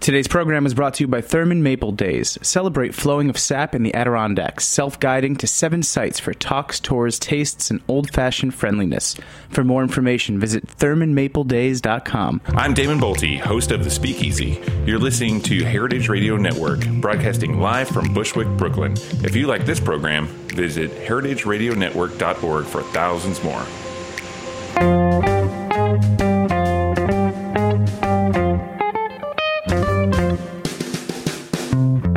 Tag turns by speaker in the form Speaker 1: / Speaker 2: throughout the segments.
Speaker 1: Today's program is brought to you by Thurman Maple Days. Celebrate flowing of sap in the Adirondacks, self guiding to seven sites for talks, tours, tastes, and old fashioned friendliness. For more information, visit ThurmanMapleDays.com.
Speaker 2: I'm Damon Bolte, host of The Speakeasy. You're listening to Heritage Radio Network, broadcasting live from Bushwick, Brooklyn. If you like this program, visit heritageradionetwork.org for thousands more.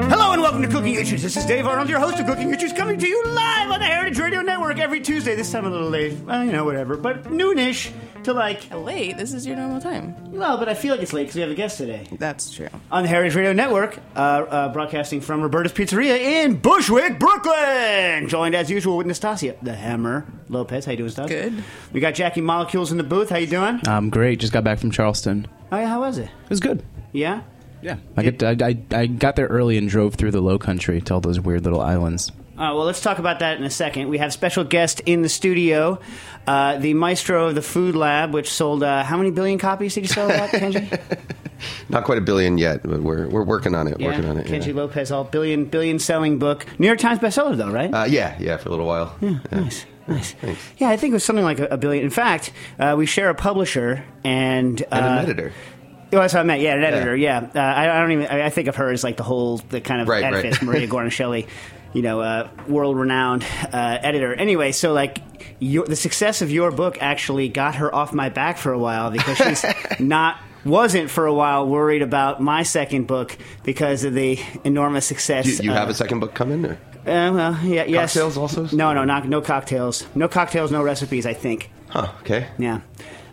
Speaker 3: Hello and welcome to Cooking Issues. This is Dave Arnold, your host of Cooking Issues, coming to you live on the Heritage Radio Network every Tuesday. This time a little late, well, you know, whatever, but noonish to like,
Speaker 4: late. This is your normal time.
Speaker 3: well, but I feel like it's late because we have a guest today
Speaker 4: That's true.
Speaker 3: on the Heritage Radio Network, uh, uh, broadcasting from Roberta's Pizzeria in Bushwick, Brooklyn. Joined as usual with Nastasia the Hammer Lopez. How you doing, Stas?
Speaker 4: Good.
Speaker 3: We got Jackie Molecules in the booth. How you doing?
Speaker 1: I'm Um, great. Just got back from Charleston.
Speaker 3: Oh yeah, how was it?
Speaker 1: It was good.
Speaker 3: Yeah.
Speaker 1: Yeah. I, get, I, I, I got there early and drove through the low country to all those weird little islands.
Speaker 3: Uh, well, let's talk about that in a second. We have special guest in the studio, uh, the maestro of the Food Lab, which sold uh, how many billion copies did you sell that, Kenji?
Speaker 5: Not quite a billion yet, but we're we're working on it. Working on it.
Speaker 3: Kenji
Speaker 5: Yeah.
Speaker 3: Lopez, all billion billion selling book, New York Times bestseller though, right?
Speaker 5: Uh, yeah, yeah, for a little while. Yeah,
Speaker 3: nice, nice.
Speaker 5: thanks.
Speaker 3: Yeah, I think it was something like a, a billion. In fact, uh, we share a publisher and, uh,
Speaker 5: And an editor.
Speaker 3: Oh, that's what I meant. Yeah, an editor.
Speaker 5: Yeah.
Speaker 3: Yeah, Uh, I, I don't even. I, I think of her as like the whole the kind of
Speaker 5: Right, right.
Speaker 3: edifice, Maria Gornicelli, you know, uh, world renowned uh, editor. Anyway, so like your, the success of your book actually got her off my back for a while because she's not. Wasn't for a while worried about my second book because of the enormous success.
Speaker 5: You, you
Speaker 3: uh,
Speaker 5: have a second book coming? Or?
Speaker 3: uh, well, yeah, yes.
Speaker 5: Cocktails also?
Speaker 3: No, no, not, no cocktails. No cocktails, no recipes, I think.
Speaker 5: Huh. Okay.
Speaker 3: Yeah.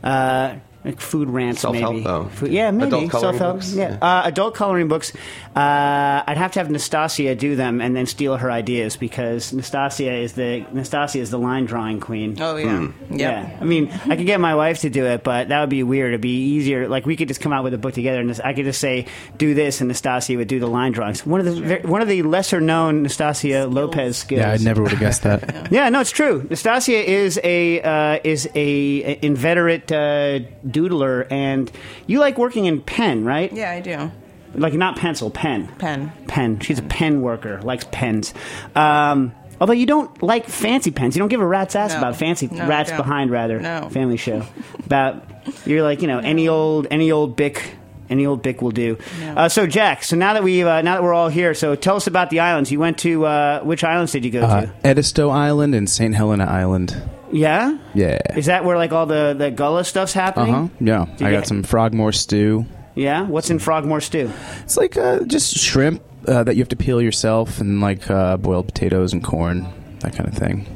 Speaker 3: Uh, like food rants,
Speaker 5: Self-help?
Speaker 3: maybe.
Speaker 5: Oh.
Speaker 3: Food- yeah, maybe.
Speaker 5: Adult coloring
Speaker 3: Self-help.
Speaker 5: books?
Speaker 3: Yeah.
Speaker 5: Yeah.
Speaker 3: Uh, adult coloring books. Uh, I'd have to have Nastasia do them and then steal her ideas because Nastasia is the Nastasia is the line drawing queen.
Speaker 4: Oh yeah.
Speaker 5: Hmm.
Speaker 3: Yeah. I mean, I could get my wife to do it, but that would be weird. It'd be easier. Like we could just come out with a book together, and this- I could just say, "Do this," and Nastasia would do the line drawings. One of the ver one of the lesser known Nastasia Lopez skills.
Speaker 1: Yeah, I never would have guessed that.
Speaker 3: Yeah, no, it's true. Nastasia is a uh, is a a inveterate uh, doodler, and you like working in pen, right?
Speaker 4: Yeah, I do.
Speaker 3: Like not pencil, pen.
Speaker 4: Pen.
Speaker 3: Pen. She's a pen worker. Likes pens. Um, although you don't like fancy pens, you don't give a rat's ass
Speaker 4: No.
Speaker 3: about fancy
Speaker 4: No, I
Speaker 3: rats
Speaker 4: don't.
Speaker 3: behind rather.
Speaker 4: No.
Speaker 3: Family show about you're like you know any old any old bic. Any old bic will do.
Speaker 4: No.
Speaker 3: Uh, so Jack, so now that we uh, now that we're all here, so tell us about the islands. You went to uh, which islands did you go
Speaker 1: Uh,
Speaker 3: to?
Speaker 1: Edisto Island and St. Helena Island.
Speaker 3: Yeah.
Speaker 1: Yeah.
Speaker 3: Is that where like all the the gullah stuff's
Speaker 1: Uh
Speaker 3: happening?
Speaker 1: huh. Yeah.
Speaker 3: Did
Speaker 1: I
Speaker 3: you-
Speaker 1: got some Frogmore stew.
Speaker 3: Yeah. What's in Frogmore stew?
Speaker 1: It's like uh, just shrimp uh, that you have to peel yourself, and like uh, boiled potatoes and corn, that kind of thing.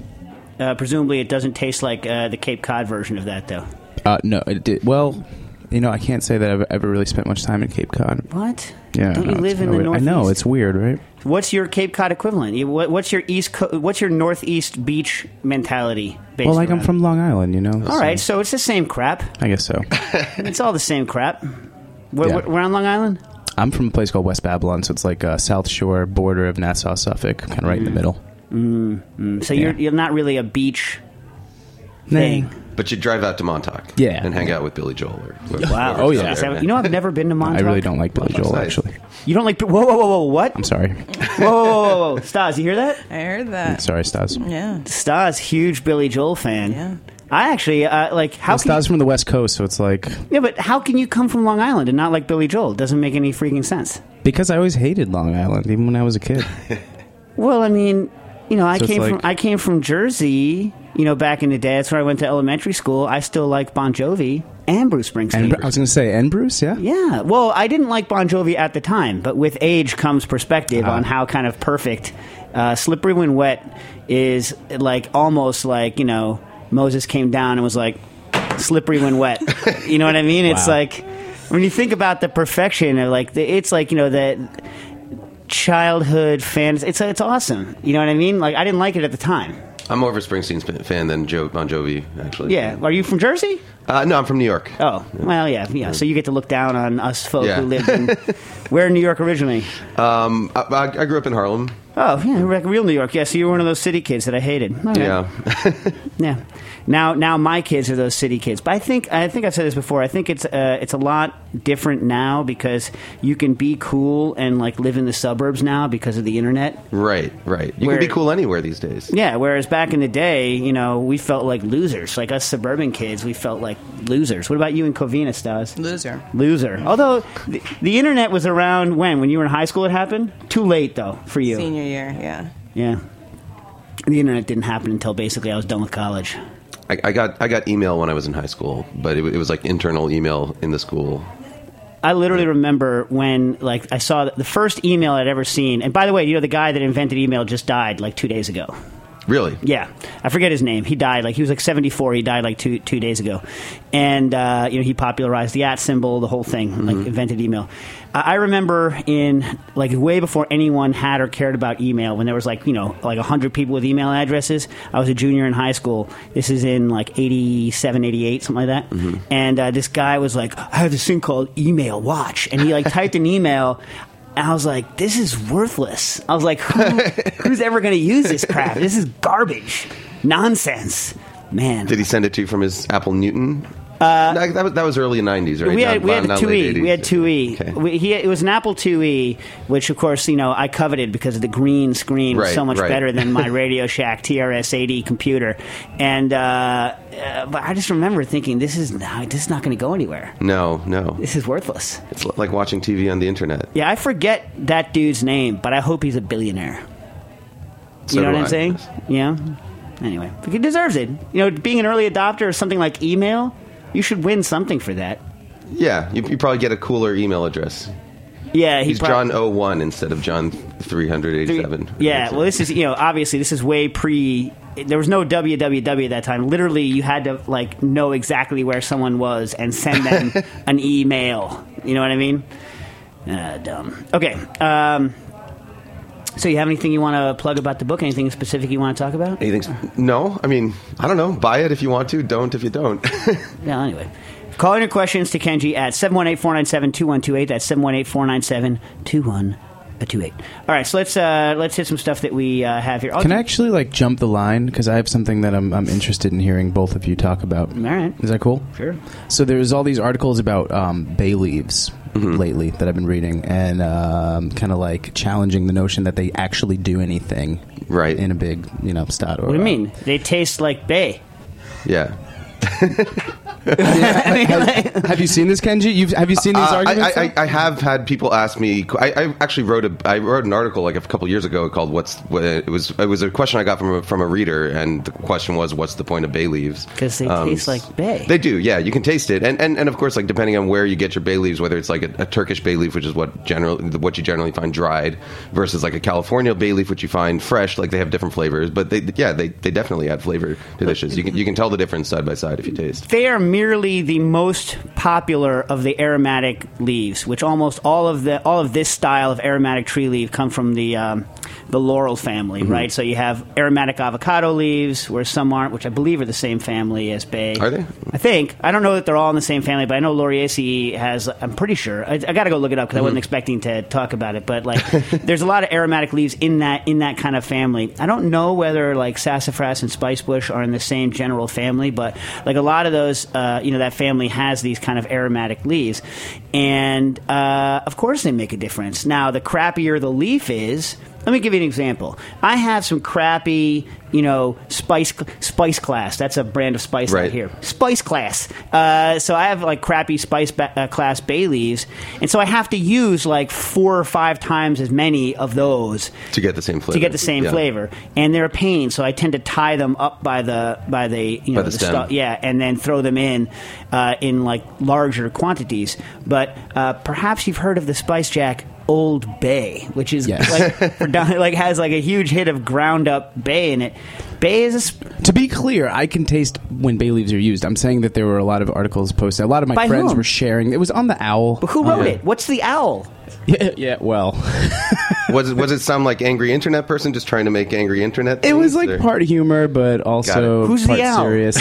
Speaker 3: Uh, presumably, it doesn't taste like uh, the Cape Cod version of that, though.
Speaker 1: Uh, no, it did, well, you know, I can't say that I've ever really spent much time in Cape Cod.
Speaker 3: What?
Speaker 1: Yeah, no,
Speaker 3: Don't you
Speaker 1: it's
Speaker 3: live in
Speaker 1: kinda
Speaker 3: the
Speaker 1: weird.
Speaker 3: Northeast?
Speaker 1: I know it's weird, right?
Speaker 3: What's your Cape Cod equivalent? You- what- What's your East? Co- what's your Northeast beach mentality? Based
Speaker 1: Well, like I'm
Speaker 3: around?
Speaker 1: from Long Island, you know.
Speaker 3: All right, so it's the same crap.
Speaker 1: I guess so.
Speaker 3: It's all the same crap. We're,
Speaker 1: Yeah.
Speaker 3: we're on Long Island.
Speaker 1: I'm from a place called West Babylon, so it's like uh, South Shore border of Nassau, Suffolk, kind of right in
Speaker 3: Mm.
Speaker 1: the middle. Mm,
Speaker 3: So you're you're not really a beach
Speaker 1: Dang.
Speaker 3: thing.
Speaker 5: But you drive out to Montauk.
Speaker 1: Yeah.
Speaker 5: and hang out with Billy Joel. Or,
Speaker 3: Wow.
Speaker 1: Oh, yeah.
Speaker 3: Is that- you know, I've never been to Montauk.
Speaker 1: I really don't like Billy Joel,
Speaker 5: nice.
Speaker 1: actually.
Speaker 3: You don't like? Whoa, whoa, whoa, whoa! What?
Speaker 1: I'm sorry.
Speaker 3: Whoa, whoa, whoa, whoa, whoa! Stas, you hear that?
Speaker 4: I heard that.
Speaker 1: sorry, Stas.
Speaker 4: Yeah.
Speaker 3: Stas, huge Billy Joel fan.
Speaker 4: Yeah.
Speaker 3: I actually uh, like how
Speaker 1: Well,
Speaker 3: can
Speaker 1: Stas from the West Coast, so it's like
Speaker 3: You, yeah, but how can you come from Long Island and not like Billy Joel? It doesn't make any freaking sense.
Speaker 1: because I always hated Long Island, even when I was a kid.
Speaker 3: Well, I mean, you know, I
Speaker 1: So it's
Speaker 3: came from
Speaker 1: like-
Speaker 3: I came from Jersey. You know, back in the day, that's where I went to elementary school. I still like Bon Jovi and Bruce Springsteen.
Speaker 1: And Bru- I was going to say, and Bruce, yeah,
Speaker 3: yeah, well, I didn't like Bon Jovi at the time, but with age comes perspective on how kind of perfect uh, "Slippery When Wet" is. Like almost like you know Moses came down and was like "Slippery When Wet." you know what I mean? It's
Speaker 1: Wow.
Speaker 3: like when you think about the perfection of like the, it's like you know the childhood fans. It's it's awesome. You know what I mean? Like I didn't like it at the time.
Speaker 5: I'm more of a Springsteen sp- fan than Joe Bon Jovi, actually.
Speaker 3: Yeah, are you from Jersey?
Speaker 5: Uh, no, I'm from New York.
Speaker 3: Oh, well, yeah, yeah. So you get to look down on us folk
Speaker 5: Yeah.
Speaker 3: who lived in where in New York originally.
Speaker 5: Um, I, I, I grew up in Harlem.
Speaker 3: Oh, yeah, like real New York. Yeah, so you were one of those city kids that I hated. Okay.
Speaker 5: Yeah.
Speaker 3: Yeah. Now, now my kids are those city kids, but I think I think I've said this before. I think it's uh, it's a lot different now because you can be cool and like live in the suburbs now because of the internet.
Speaker 5: right, right. You
Speaker 3: Where-
Speaker 5: can be cool anywhere these days.
Speaker 3: Yeah. Whereas back in the day, you know, we felt like losers. Like us suburban kids, we felt like losers. What about you and Covina, Stas?
Speaker 4: Loser.
Speaker 3: Loser. Although the, the internet was around when when you were in high school, it happened. Too late though for you.
Speaker 4: Senior year, yeah.
Speaker 3: Yeah. The internet didn't happen until basically I was done with college.
Speaker 5: I, I got I got email when I was in high school, but it, wa- it was like internal email in the school.
Speaker 3: I literally remember when like I saw the first email I'd ever seen. And by the way, you know the guy that invented email just died like 2 days ago.
Speaker 5: Really?
Speaker 3: Yeah, I forget his name. He died like he was like 74. He died like 2 2 days ago. And uh, you know he popularized the at symbol, the whole thing, like invented email. I I remember in like way before anyone had or cared about email, when there was like you know like hundred people with email addresses. I was a junior in high school. This is in like 87, 88, something like that. And uh, this guy was like, I have this thing called Email Watch, and he like typed an email. And I was like, this is worthless. I was like, Who, who's ever going to use this crap? This is garbage, nonsense, man.
Speaker 5: Did he send it to you from his Apple Newton? Uh, that, was, that was early '90s, right?
Speaker 3: we had
Speaker 5: Not-
Speaker 3: we had
Speaker 5: not
Speaker 3: the two
Speaker 5: late
Speaker 3: E. We had
Speaker 5: 80s.
Speaker 3: two E.
Speaker 5: Okay.
Speaker 3: We, he, it was an Apple two E, which of course you know I coveted because the green screen was
Speaker 5: Right,
Speaker 3: so much
Speaker 5: right.
Speaker 3: better than my Radio Shack TRS eighty computer. And uh, uh, but I just remember thinking this is not, this is not going to go anywhere.
Speaker 5: No, no.
Speaker 3: This is worthless.
Speaker 5: It's li- like watching TV on the internet.
Speaker 3: Yeah, I forget that dude's name, but I hope he's a billionaire.
Speaker 5: So
Speaker 3: you know
Speaker 5: do
Speaker 3: what I'm
Speaker 5: I.
Speaker 3: saying? Yeah. Anyway, but he deserves it. You know, being an early adopter of something like email, you should win something for that.
Speaker 5: Yeah, you, you probably get a cooler email address.
Speaker 3: Yeah, he
Speaker 5: He's
Speaker 3: prob-
Speaker 5: John 01 instead of John 387.
Speaker 3: Yeah, well, this is you know obviously this is way pre. There was no www at that time. Literally, you had to like know exactly where someone was and send them an email. You know what I mean? Uh, dumb. Okay. Um, so you have anything you want to plug about the book? Anything specific you want to talk about?
Speaker 5: Anything? No, I mean, I don't know. Buy it if you want to. Don't if you don't.
Speaker 3: Yeah, anyway. Call in your questions to Kenji at 718 497 2128. That's 718 497 2128. All right, so let's, uh, let's hit some stuff that we uh, have here. I'll
Speaker 6: Can
Speaker 3: do-
Speaker 6: I actually like jump the line because I have something that I'm I'm interested in hearing both of you talk about. All
Speaker 3: right.
Speaker 6: is that cool?
Speaker 3: Sure.
Speaker 6: So there's all these articles about um, bay leaves
Speaker 5: Mm-hmm.
Speaker 6: lately that I've been reading, and um, kind of like challenging the notion that they actually do anything,
Speaker 5: Right.
Speaker 6: In a big, you know, stat. Or,
Speaker 3: What do you mean? They taste like bay.
Speaker 5: yeah.
Speaker 6: have you seen this, Kenji? You've have you seen these
Speaker 5: Uh, I,
Speaker 6: arguments?
Speaker 5: I, I have had people ask me. I, I actually wrote a. I wrote an article like a couple years ago called "What's." What, it was. It was a question I got from a, from a reader, and the question was, "What's the point of bay leaves?" Um,
Speaker 3: 'Cause they taste like bay.
Speaker 5: They do. Yeah, you can taste it, and and, and of course, like depending on where you get your bay leaves, whether it's like a, a Turkish bay leaf, which is what generally what you generally find dried, versus like a California bay leaf, which you find fresh. Like they have different flavors, but they yeah they, they definitely add flavor to dishes. You can you can tell the difference side by side if you taste.
Speaker 3: They are merely the most popular of the aromatic leaves, which almost all of the all of this style of aromatic tree leaf come from the um, the laurel family,
Speaker 5: Mm-hmm.
Speaker 3: right? So you have aromatic avocado leaves, where some aren't, which I believe are the same family as bay.
Speaker 5: Are they?
Speaker 3: I think I don't know that they're all in the same family, but I know Lauriaceae has. I'm pretty sure. I, I got to go look it up because I wasn't expecting to talk about it. But like, there's a lot of aromatic leaves in that in that kind of family. I don't know whether like sassafras and spicebush are in the same general family, but like a lot of those, uh, you know, that family has these kind of aromatic leaves, and uh, of course they make a difference. Now, the crappier the leaf is. Let me give you an example. I have some crappy, you know, spice spice class. That's a brand of spice out
Speaker 5: Right.
Speaker 3: here spice class. Uh, so I have like crappy spice ba- uh, class bay leaves, and so I have to use like four or five times as many of those
Speaker 5: To get the same flavor.
Speaker 3: to get the same
Speaker 5: Yeah.
Speaker 3: flavor. And they're a pain, so I tend to tie them up by the by the you know
Speaker 5: By the stem.
Speaker 3: stu- yeah, and then throw them in uh, in like larger quantities. But uh, perhaps you've heard of the Spice Jack. Old Bay, which is
Speaker 6: Yes.
Speaker 3: like, predomin- like has like a huge hit of ground up bay in it. Bay is a sp-
Speaker 6: to be clear, I can taste when bay leaves are used. I'm saying that there were a lot of articles posted. A lot of my
Speaker 3: By
Speaker 6: friends
Speaker 3: whom?
Speaker 6: were sharing. It was on the owl. Um,
Speaker 3: Who wrote it? What's the owl?
Speaker 1: Yeah, yeah well,
Speaker 5: Was it was it some like angry internet person just trying to make angry internet?
Speaker 1: it was
Speaker 5: things,
Speaker 1: like
Speaker 5: or-
Speaker 1: part humor, but also
Speaker 3: Who's the
Speaker 1: part
Speaker 3: owl?
Speaker 1: serious.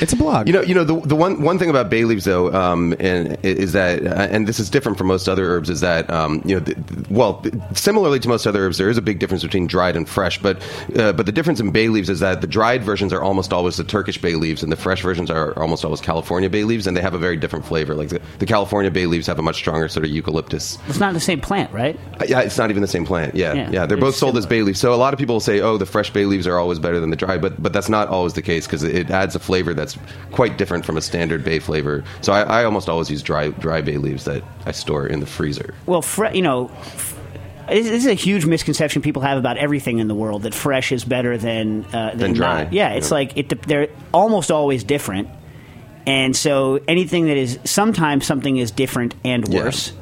Speaker 1: it's a blog.
Speaker 5: You know, you know the, the one one thing about bay leaves though, um, and is that, uh, and this is different from most other herbs, is that um, you know, the, well, similarly to most other herbs, there is a big difference between dried and fresh. But uh, but the difference in bay leaves is that the dried versions are almost always the Turkish bay leaves, and the fresh versions are almost always California bay leaves, and they have a very different flavor. Like the, the California bay leaves have a much stronger sort of eucalyptus
Speaker 3: It's not the same plant, right?
Speaker 5: Uh, Yeah, it's not even the same plant. Yeah,
Speaker 3: Yeah.
Speaker 5: yeah, they're both
Speaker 3: It's
Speaker 5: sold as bay leaves. So a lot of people say, "Oh, the fresh bay leaves are always better than the dry," but but that's not always the case because it adds a flavor that's quite different from a standard bay flavor. So I, I almost always use dry dry bay leaves that I store in the freezer.
Speaker 3: Well, fre- you know, f- this this is a huge misconception people have about everything in the world that fresh is better than uh, than,
Speaker 5: Than dry.
Speaker 3: Not. Yeah, it's
Speaker 5: Yeah.
Speaker 3: like it, de- they're almost always different, and so anything that is sometimes something is different and
Speaker 5: Yeah.
Speaker 3: worse.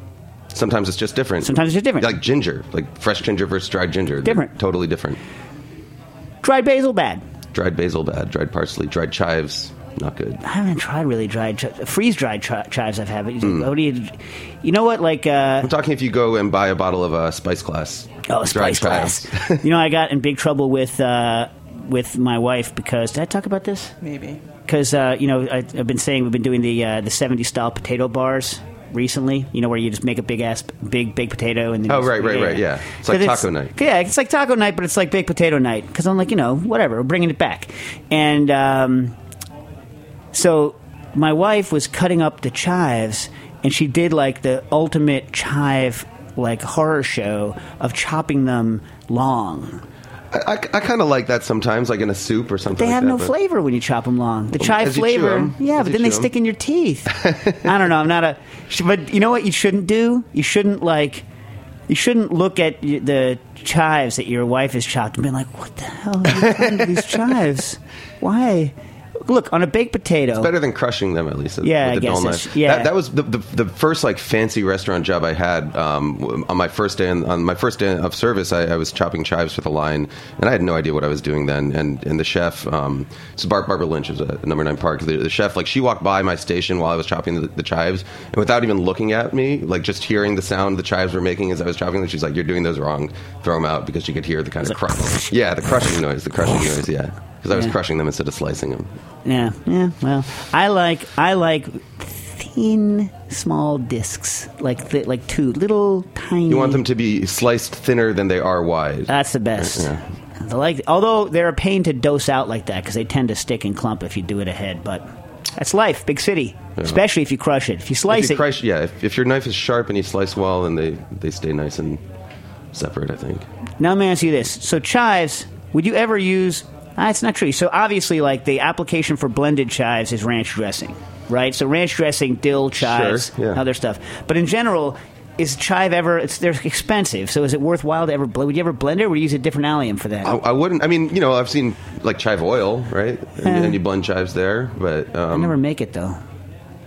Speaker 5: Sometimes it's just different.
Speaker 3: Sometimes it's just different.
Speaker 5: Like ginger, like fresh ginger versus dried ginger, They're
Speaker 3: Different.
Speaker 5: totally different.
Speaker 3: Dried basil, bad.
Speaker 5: Dried basil bad, dried parsley, dried chives not good.
Speaker 3: I haven't tried really dried chi- freeze dried chi- chives. I've had. But
Speaker 5: Hmm.
Speaker 3: What do you? You know what? Like uh,
Speaker 5: I'm talking if you go and buy a bottle of uh, spice class.
Speaker 3: Oh,
Speaker 5: dried
Speaker 3: spice
Speaker 5: chives.
Speaker 3: class. you know, I got in big trouble with uh, with my wife because did I talk about this?
Speaker 4: Maybe.
Speaker 3: Because uh, you know, I, I've been saying we've been doing the uh, the seventy style potato bars recently. You know, where you just make a big ass big big potato and then
Speaker 5: Oh,
Speaker 3: you just-
Speaker 5: right, right, right, yeah. It's like
Speaker 3: 'Cause
Speaker 5: taco night.
Speaker 3: Yeah, it's like taco night, but it's like big potato night. Because I'm like, you know, whatever, we're bringing it back, and. Um, so my wife was cutting up the chives, and she did like the ultimate chive like horror show of chopping them long.
Speaker 5: I, kind of like that sometimes, like in a soup or something.
Speaker 3: They
Speaker 5: like
Speaker 3: have
Speaker 5: that,
Speaker 3: no
Speaker 5: but-
Speaker 3: flavor when you chop them long. The chive
Speaker 5: as you chew
Speaker 3: flavor,
Speaker 5: 'em,
Speaker 3: yeah, but
Speaker 5: as you
Speaker 3: then they
Speaker 5: chew 'em.
Speaker 3: stick in your teeth. I don't know. I'm not a. sh- But you know what? You shouldn't do. You shouldn't like. You shouldn't look at y- the chives that your wife has chopped and be like, "What the hell are you doing to these chives? Why?" Look on a baked potato.
Speaker 5: It's better than crushing them, at least.
Speaker 3: Yeah,
Speaker 5: with
Speaker 3: I
Speaker 5: the dull
Speaker 3: guess
Speaker 5: knife.
Speaker 3: it's- yeah.
Speaker 5: That, that was the, the, the first like fancy restaurant job I had um, w- on my first day in, on my first day of service. I, I was chopping chives for the line, and I had no idea what I was doing then. And and the chef, um, so Bar- Barbara Lynch was at Number Nine Park. The, the chef, like, she walked by my station while I was chopping the, the chives, and without even looking at me, like just hearing the sound the chives were making as I was chopping them, she's like, "You're doing those wrong. Throw them out," because she could hear the kind of crush. yeah, the crushing noise, the crushing noise. Yeah, because I was
Speaker 3: Yeah.
Speaker 5: crushing them instead of slicing them.
Speaker 3: Yeah, yeah. Well, I like I like thin, small discs, like th- like two little tiny.
Speaker 5: You want them to be sliced thinner than they are wide.
Speaker 3: Mm. That's the best. I like, although they're a pain to dose out like that because they tend to stick and clump if you do it ahead. But that's life, big city. Especially if you crush it. If you
Speaker 5: If
Speaker 3: slice
Speaker 5: you
Speaker 3: it,
Speaker 5: crush- yeah, if, if your knife is sharp and you slice well, then they, they stay nice and separate, I think.
Speaker 3: Now, let me ask you this. So, chives, would you ever use. Ah, it's not true. So, obviously, like the application for blended chives is ranch dressing, right? So, ranch dressing, dill, chives,
Speaker 5: yeah.
Speaker 3: other stuff. But in general, is chive ever. It's, they're expensive. So, is it worthwhile to ever. bl- Would you ever blend it or would you use a different allium for that?
Speaker 5: I, I wouldn't, I mean, you know, I've seen like chive oil, right? And,
Speaker 3: Yeah.
Speaker 5: and you blend chives there, but. Um,
Speaker 3: I never make it, though.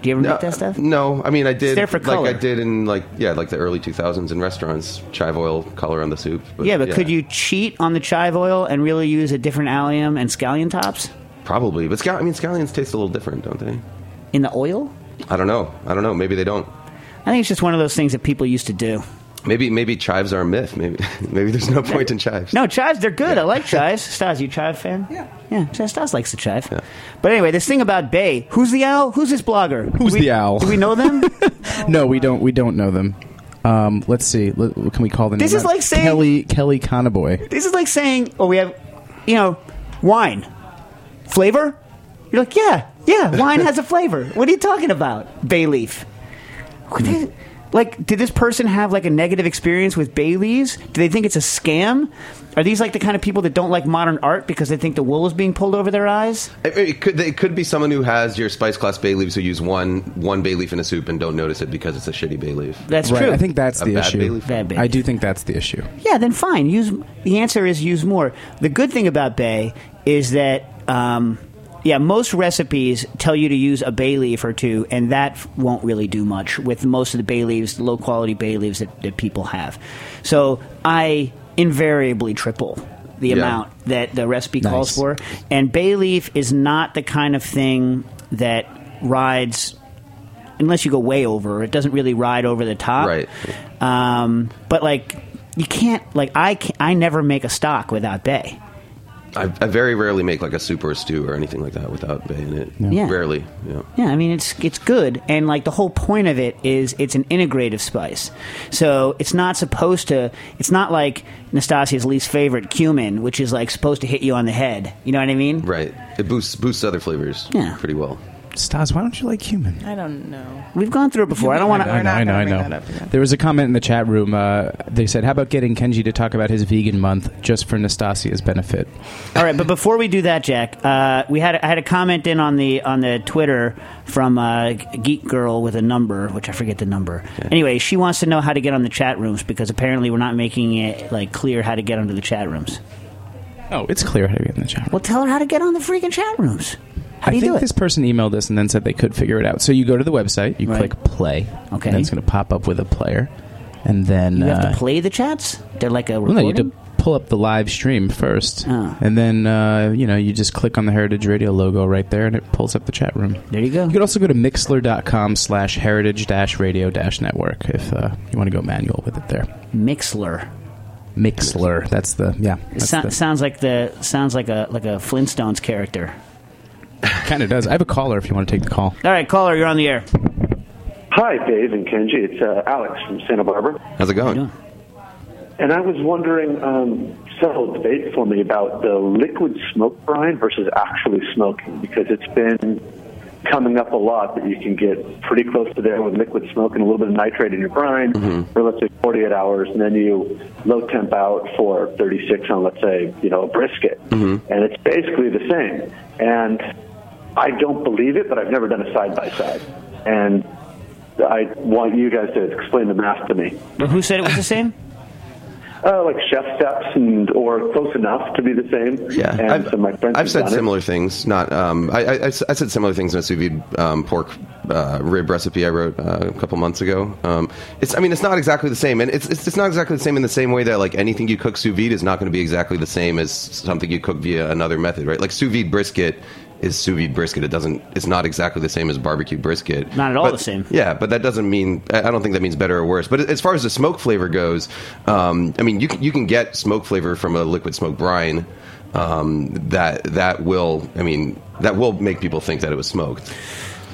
Speaker 3: Do you ever
Speaker 5: no,
Speaker 3: make that stuff?
Speaker 5: No, I mean, I did.
Speaker 3: there for
Speaker 5: like
Speaker 3: color.
Speaker 5: I did in like, yeah, like the early 2000s in restaurants, chive oil color on the soup.
Speaker 3: Yeah, but could you cheat on the chive oil and really use a different allium and scallion tops
Speaker 5: Probably. But scal- I mean, scallions taste a little different, don't they?
Speaker 3: in the oil?
Speaker 5: I don't know. I don't know. Maybe they don't.
Speaker 3: I think it's just one of those things that people used to do.
Speaker 5: Maybe maybe chives are a myth. Maybe maybe there's no point in chives.
Speaker 3: No, chives, they're good. I like chives. Stas, you a chive fan? Yeah. Yeah, Stas- Stas likes the chive.
Speaker 5: Yeah.
Speaker 3: But anyway, this thing about Bay. Who's the owl? Who's this blogger? Do
Speaker 1: Who's
Speaker 3: we-
Speaker 1: the owl?
Speaker 3: Do we know them?
Speaker 1: no, we don't. We don't know them. Um, let's see. Let, can we call the
Speaker 3: This
Speaker 1: name
Speaker 3: is
Speaker 1: out?
Speaker 3: like saying-
Speaker 1: Kelly Kelly Conaboy.
Speaker 3: this is like saying, oh, we have, you know, wine. Flavor? You're like, yeah, yeah, wine has a flavor. What are you talking about? Bay leaf. What the- Like, did this person have like a negative experience with bay leaves? Do they think it's a scam? Are these like the kind of people that don't like modern art because they think the wool is being pulled over their eyes?
Speaker 5: It, it could it could be someone who has your spice class bay leaves who use one one bay leaf in a soup and don't notice it because it's a shitty bay leaf.
Speaker 3: That's
Speaker 1: right.
Speaker 3: true.
Speaker 1: I think that's
Speaker 5: A
Speaker 1: the
Speaker 5: bad bay
Speaker 1: issue.
Speaker 5: leaf.
Speaker 3: Bad bay
Speaker 1: I
Speaker 3: leaf.
Speaker 1: do think that's the issue.
Speaker 3: Yeah, then fine. Use the answer is use more. The good thing about bay is that um, yeah, most recipes tell you to use a bay leaf or two, and that f- won't really do much with most of the bay leaves, the low quality bay leaves that, that people have. So I invariably triple the
Speaker 5: Yeah.
Speaker 3: amount that the recipe calls
Speaker 1: Nice.
Speaker 3: for, and bay leaf is not the kind of thing that rides unless you go way over. It doesn't really ride over the top.
Speaker 5: Right.
Speaker 3: Um, but like you can't like I can I never make a stock without bay.
Speaker 5: I, I very rarely make like a soup or a stew or anything like that without bay in it.
Speaker 3: Yeah.
Speaker 5: Rarely. Yeah.
Speaker 3: Yeah, I mean it's it's good, and like the whole point of it is it's an integrative spice, so it's not supposed to. It's not like Nastasia's least favorite cumin, which is like supposed to hit you on the head. You know what I mean?
Speaker 5: Right. It boosts boosts other flavors
Speaker 3: Yeah.
Speaker 5: pretty well.
Speaker 1: Stas, why don't you like human?
Speaker 4: I don't know.
Speaker 3: We've gone through it before. I don't want
Speaker 4: We're
Speaker 3: to.
Speaker 4: not gonna bring that up again.
Speaker 1: There was a comment in the chat room. Uh, they said, "How about getting Kenji to talk about his vegan month just for Nastasia's benefit?"
Speaker 3: All right, but before we do that, Jack, uh, we had I had a comment in on the on the Twitter from uh, Geek Girl with a number, which I forget the number. Anyway, she wants to know how to get on the chat rooms because apparently we're not making it like clear how to get onto the chat rooms.
Speaker 1: Oh, it's clear how to get in the chat. room.
Speaker 3: Well, tell her how to get on the freaking chat rooms. How
Speaker 1: I
Speaker 3: do you
Speaker 1: think
Speaker 3: do it?
Speaker 1: this person emailed us and then said they could figure it out. So you go to the website, you
Speaker 3: Right.
Speaker 1: click play,
Speaker 3: Okay.
Speaker 1: and then it's going to pop up with a player, and then
Speaker 3: You have
Speaker 1: uh,
Speaker 3: to play the chats. They're like a
Speaker 1: Well,
Speaker 3: recording.
Speaker 1: no, you have to pull up the live stream first,
Speaker 3: Oh.
Speaker 1: and then uh, you know you just click on the Heritage Radio logo right there, and it pulls up the chat room.
Speaker 3: There you go.
Speaker 1: You could also go to mixler.com slash heritage dash radio dash network if uh, you want to go manual with it there.
Speaker 3: Mixler.
Speaker 1: Mixler, that's the yeah,
Speaker 3: It
Speaker 1: that's
Speaker 3: so-
Speaker 1: the,
Speaker 3: sounds like the sounds like a like a Flintstones character.
Speaker 1: kind of does. I have a caller if you want to take the call.
Speaker 3: All right, caller, you're on the air.
Speaker 7: Hi, Dave and Kenji. It's uh, Alex from Santa Barbara.
Speaker 5: How's it going?
Speaker 7: And I was wondering, um, settle a debate for me about the liquid smoke brine versus actually smoking, because it's been coming up a lot that you can get pretty close to there with liquid smoke and a little bit of nitrate in your brine for, let's say, 48 hours, and then you low temp out for 36 on, let's say, you know, a brisket. And it's basically the same. And I don't believe it, but I've never done a side-by-side. And I want you guys to explain the math to me
Speaker 3: But who said it was the same?
Speaker 7: uh, like chef steps and or close enough to be the same.
Speaker 5: Yeah,
Speaker 7: and so my friends
Speaker 5: I've
Speaker 7: have
Speaker 5: said
Speaker 7: done it.
Speaker 5: similar things. Not um, I, I- I s- I said similar things in a sous vide um, pork uh, rib recipe I wrote uh, a couple months ago. Um, it's I mean it's not exactly the same, and it's, it's it's not exactly the same in the same way that like anything you cook sous vide is not going to be exactly the same as something you cook via another method, right? Like sous vide brisket is sous vide brisket. It doesn't. It's not exactly the same as barbecue brisket.
Speaker 3: Not at all
Speaker 5: But-
Speaker 3: the same.
Speaker 5: yeah, but that doesn't mean I I don't think that means better or worse. But as far as the smoke flavor goes, um, I mean you can, you can get smoke flavor from a liquid smoke brine. Um, that that will I mean that will make people think that it was smoked.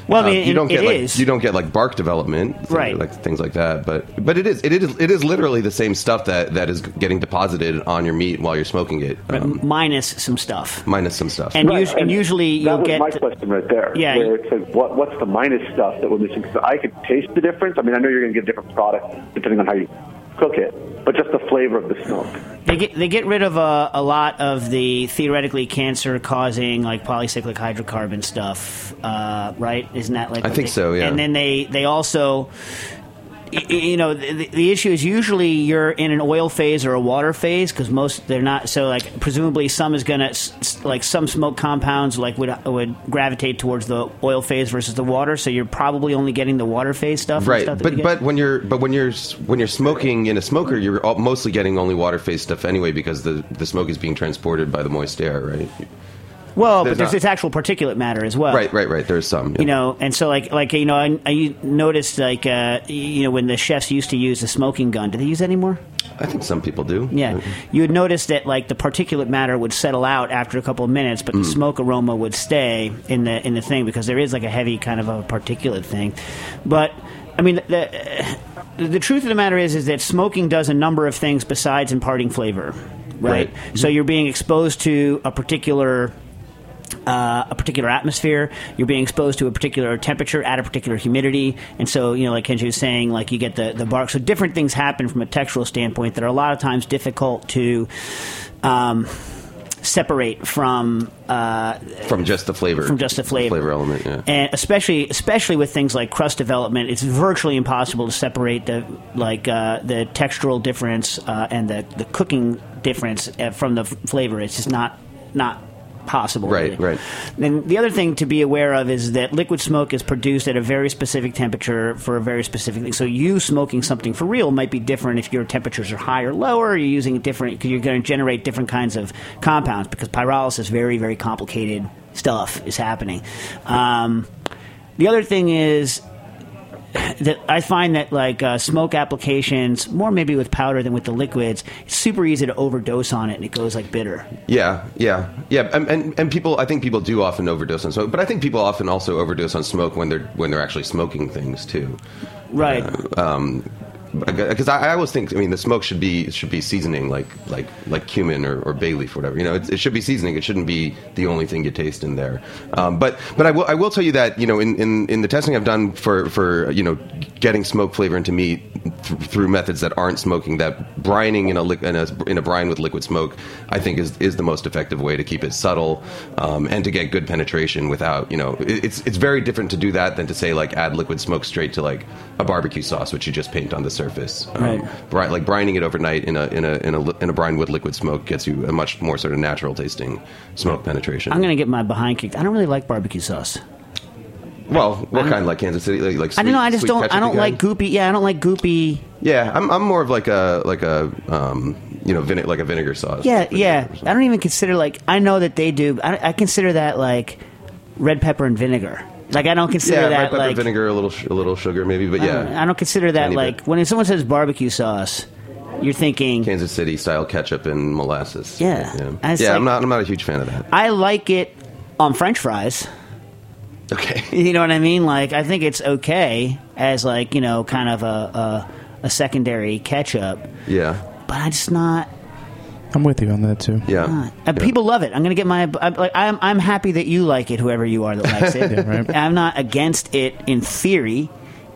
Speaker 3: Well, I
Speaker 1: Uh,
Speaker 5: Um,
Speaker 3: mean,
Speaker 5: you don't
Speaker 3: it
Speaker 5: get like
Speaker 3: is.
Speaker 5: you don't get like bark development, things
Speaker 3: Right.
Speaker 5: Like things like that. But but it is it is it is literally the same stuff that that is getting deposited on your meat while you're smoking it, um,
Speaker 3: minus some stuff.
Speaker 5: minus some stuff.
Speaker 3: And,
Speaker 7: Right,
Speaker 3: us- and usually
Speaker 7: that
Speaker 3: you'll
Speaker 7: was
Speaker 3: get
Speaker 7: my question right there.
Speaker 3: Yeah, you-
Speaker 7: where it's like, what, what's the minus stuff that we're missing? Because I could taste the difference. I mean, I know you're going to get a different product depending on how you cook it, but just the flavor of the smoke.
Speaker 3: they get they get rid of uh, a, a lot of the theoretically cancer causing like polycyclic hydrocarbon stuff, uh, right? Isn't that like
Speaker 5: I
Speaker 3: what
Speaker 5: think
Speaker 3: they-
Speaker 5: so, yeah.
Speaker 3: And then they they also. y- y- You know, the, the issue is usually you're in an oil phase or a water phase because most they're not. So, like, presumably some is gonna s- s- like some smoke compounds like would would gravitate towards the oil phase versus the water. So you're probably only getting the water phase stuff, and
Speaker 5: right
Speaker 3: stuff that
Speaker 5: but
Speaker 3: you get.
Speaker 5: but when you're but when you're s- when you're smoking in a smoker you're all, mostly getting only water phase stuff anyway because the the smoke is being transported by the moist air right
Speaker 3: Uh, well,
Speaker 5: there's
Speaker 3: but there's
Speaker 5: not-
Speaker 3: this actual particulate matter as well,
Speaker 5: right right right there's some yeah.
Speaker 3: you know and so like like you know i, I noticed like uh, you know when the chefs used to use the smoking gun do they use that anymore
Speaker 5: i think some people do
Speaker 3: yeah you would notice that like the particulate matter would settle out after a couple of minutes but the
Speaker 5: Mm.
Speaker 3: smoke aroma would stay in the in the thing because there is like a heavy kind of a particulate thing but i mean the the truth of the matter is is that smoking does a number of things besides imparting flavor right,
Speaker 5: Right.
Speaker 3: so you're being exposed to a particular uh, a particular atmosphere. You're being exposed to a particular temperature at a particular humidity, and so you know, like Kenji was saying, like you get the the bark. So different things happen from a textural standpoint that are a lot of times difficult to. Um, separate from uh,
Speaker 5: from just the flavor
Speaker 3: from just the flavor,
Speaker 5: flavor element yeah
Speaker 3: and especially especially with things like crust development, it's virtually impossible to separate the like uh, the textural difference uh, and the the cooking difference uh, from the f- flavor. It's just not not possible.
Speaker 5: Right,
Speaker 3: really.
Speaker 5: right.
Speaker 3: And the other thing to be aware of is that liquid smoke is produced at a very specific temperature for a very specific thing. So you smoking something for real might be different if your temperatures are high or lower. You're using different. You're going to generate different kinds of compounds because pyrolysis is very very complicated stuff is happening. Um, the other thing is that I find that like uh, smoke applications, more maybe with powder than with the liquids, it's super easy to overdose on it and it goes like bitter.
Speaker 5: Yeah, yeah, yeah, and, and and people, I think people do often overdose on smoke, but I think people often also overdose on smoke when they're when they're actually smoking things too.
Speaker 3: Right.
Speaker 5: Um, because I, I always think, I mean, the smoke should be should be seasoning, like like like cumin or, or bay leaf, or whatever. You know, it, it should be seasoning. It shouldn't be the only thing you taste in there. Um, but but I will I will tell you that you know in, in, in the testing I've done for for you know getting smoke flavor into meat th- through methods that aren't smoking, that brining in a, li- in a in a brine with liquid smoke, I think is is the most effective way to keep it subtle um, and to get good penetration without you know it, it's it's very different to do that than to say like add liquid smoke straight to like a barbecue sauce, which you just paint on the surface. Um,
Speaker 3: Right.
Speaker 5: bri- like brining it overnight in a in a in a li- in a brine with liquid smoke gets you a much more sort of natural tasting smoke penetration.
Speaker 3: I'm gonna get my behind kicked. I don't really like barbecue sauce.
Speaker 5: well, what kind? Like Kansas City? Like, like
Speaker 3: I don't
Speaker 5: sweet-
Speaker 3: know. I just
Speaker 5: sweet
Speaker 3: don't. I
Speaker 5: ketchup
Speaker 3: don't
Speaker 5: again?
Speaker 3: like goopy. Yeah, I don't like goopy.
Speaker 5: Yeah, I'm, I'm more of like a like a um, you know vine- like a vinegar sauce.
Speaker 3: Yeah,
Speaker 5: Vinegar
Speaker 3: yeah.
Speaker 5: or something.
Speaker 3: I don't even consider like I know that they do. but I, I consider that like red pepper and vinegar. Like I don't consider
Speaker 5: yeah,
Speaker 3: that
Speaker 5: red pepper,
Speaker 3: like
Speaker 5: vinegar, a little, sh- a little sugar, maybe, but
Speaker 3: I
Speaker 5: yeah,
Speaker 3: don't, I don't consider that
Speaker 5: Tiny
Speaker 3: like
Speaker 5: bit.
Speaker 3: when someone says barbecue sauce, you're thinking
Speaker 5: Kansas City style ketchup and molasses.
Speaker 3: Yeah.
Speaker 5: yeah,
Speaker 3: It's
Speaker 5: Yeah,
Speaker 3: like-
Speaker 5: I'm not, I'm not a huge fan of that.
Speaker 3: I like it on French fries.
Speaker 5: Okay,
Speaker 3: You know what I mean? Like I think it's okay as like you know kind of a a, a secondary ketchup,
Speaker 5: yeah,
Speaker 3: but I just not.
Speaker 1: I'm with you on that too.
Speaker 5: yeah.
Speaker 3: not.
Speaker 5: Yeah.
Speaker 3: And People love it. I'm gonna get my. I'm, like, I'm I'm happy that you like it. Whoever you are that likes it,
Speaker 1: right.
Speaker 3: I'm not against it in theory.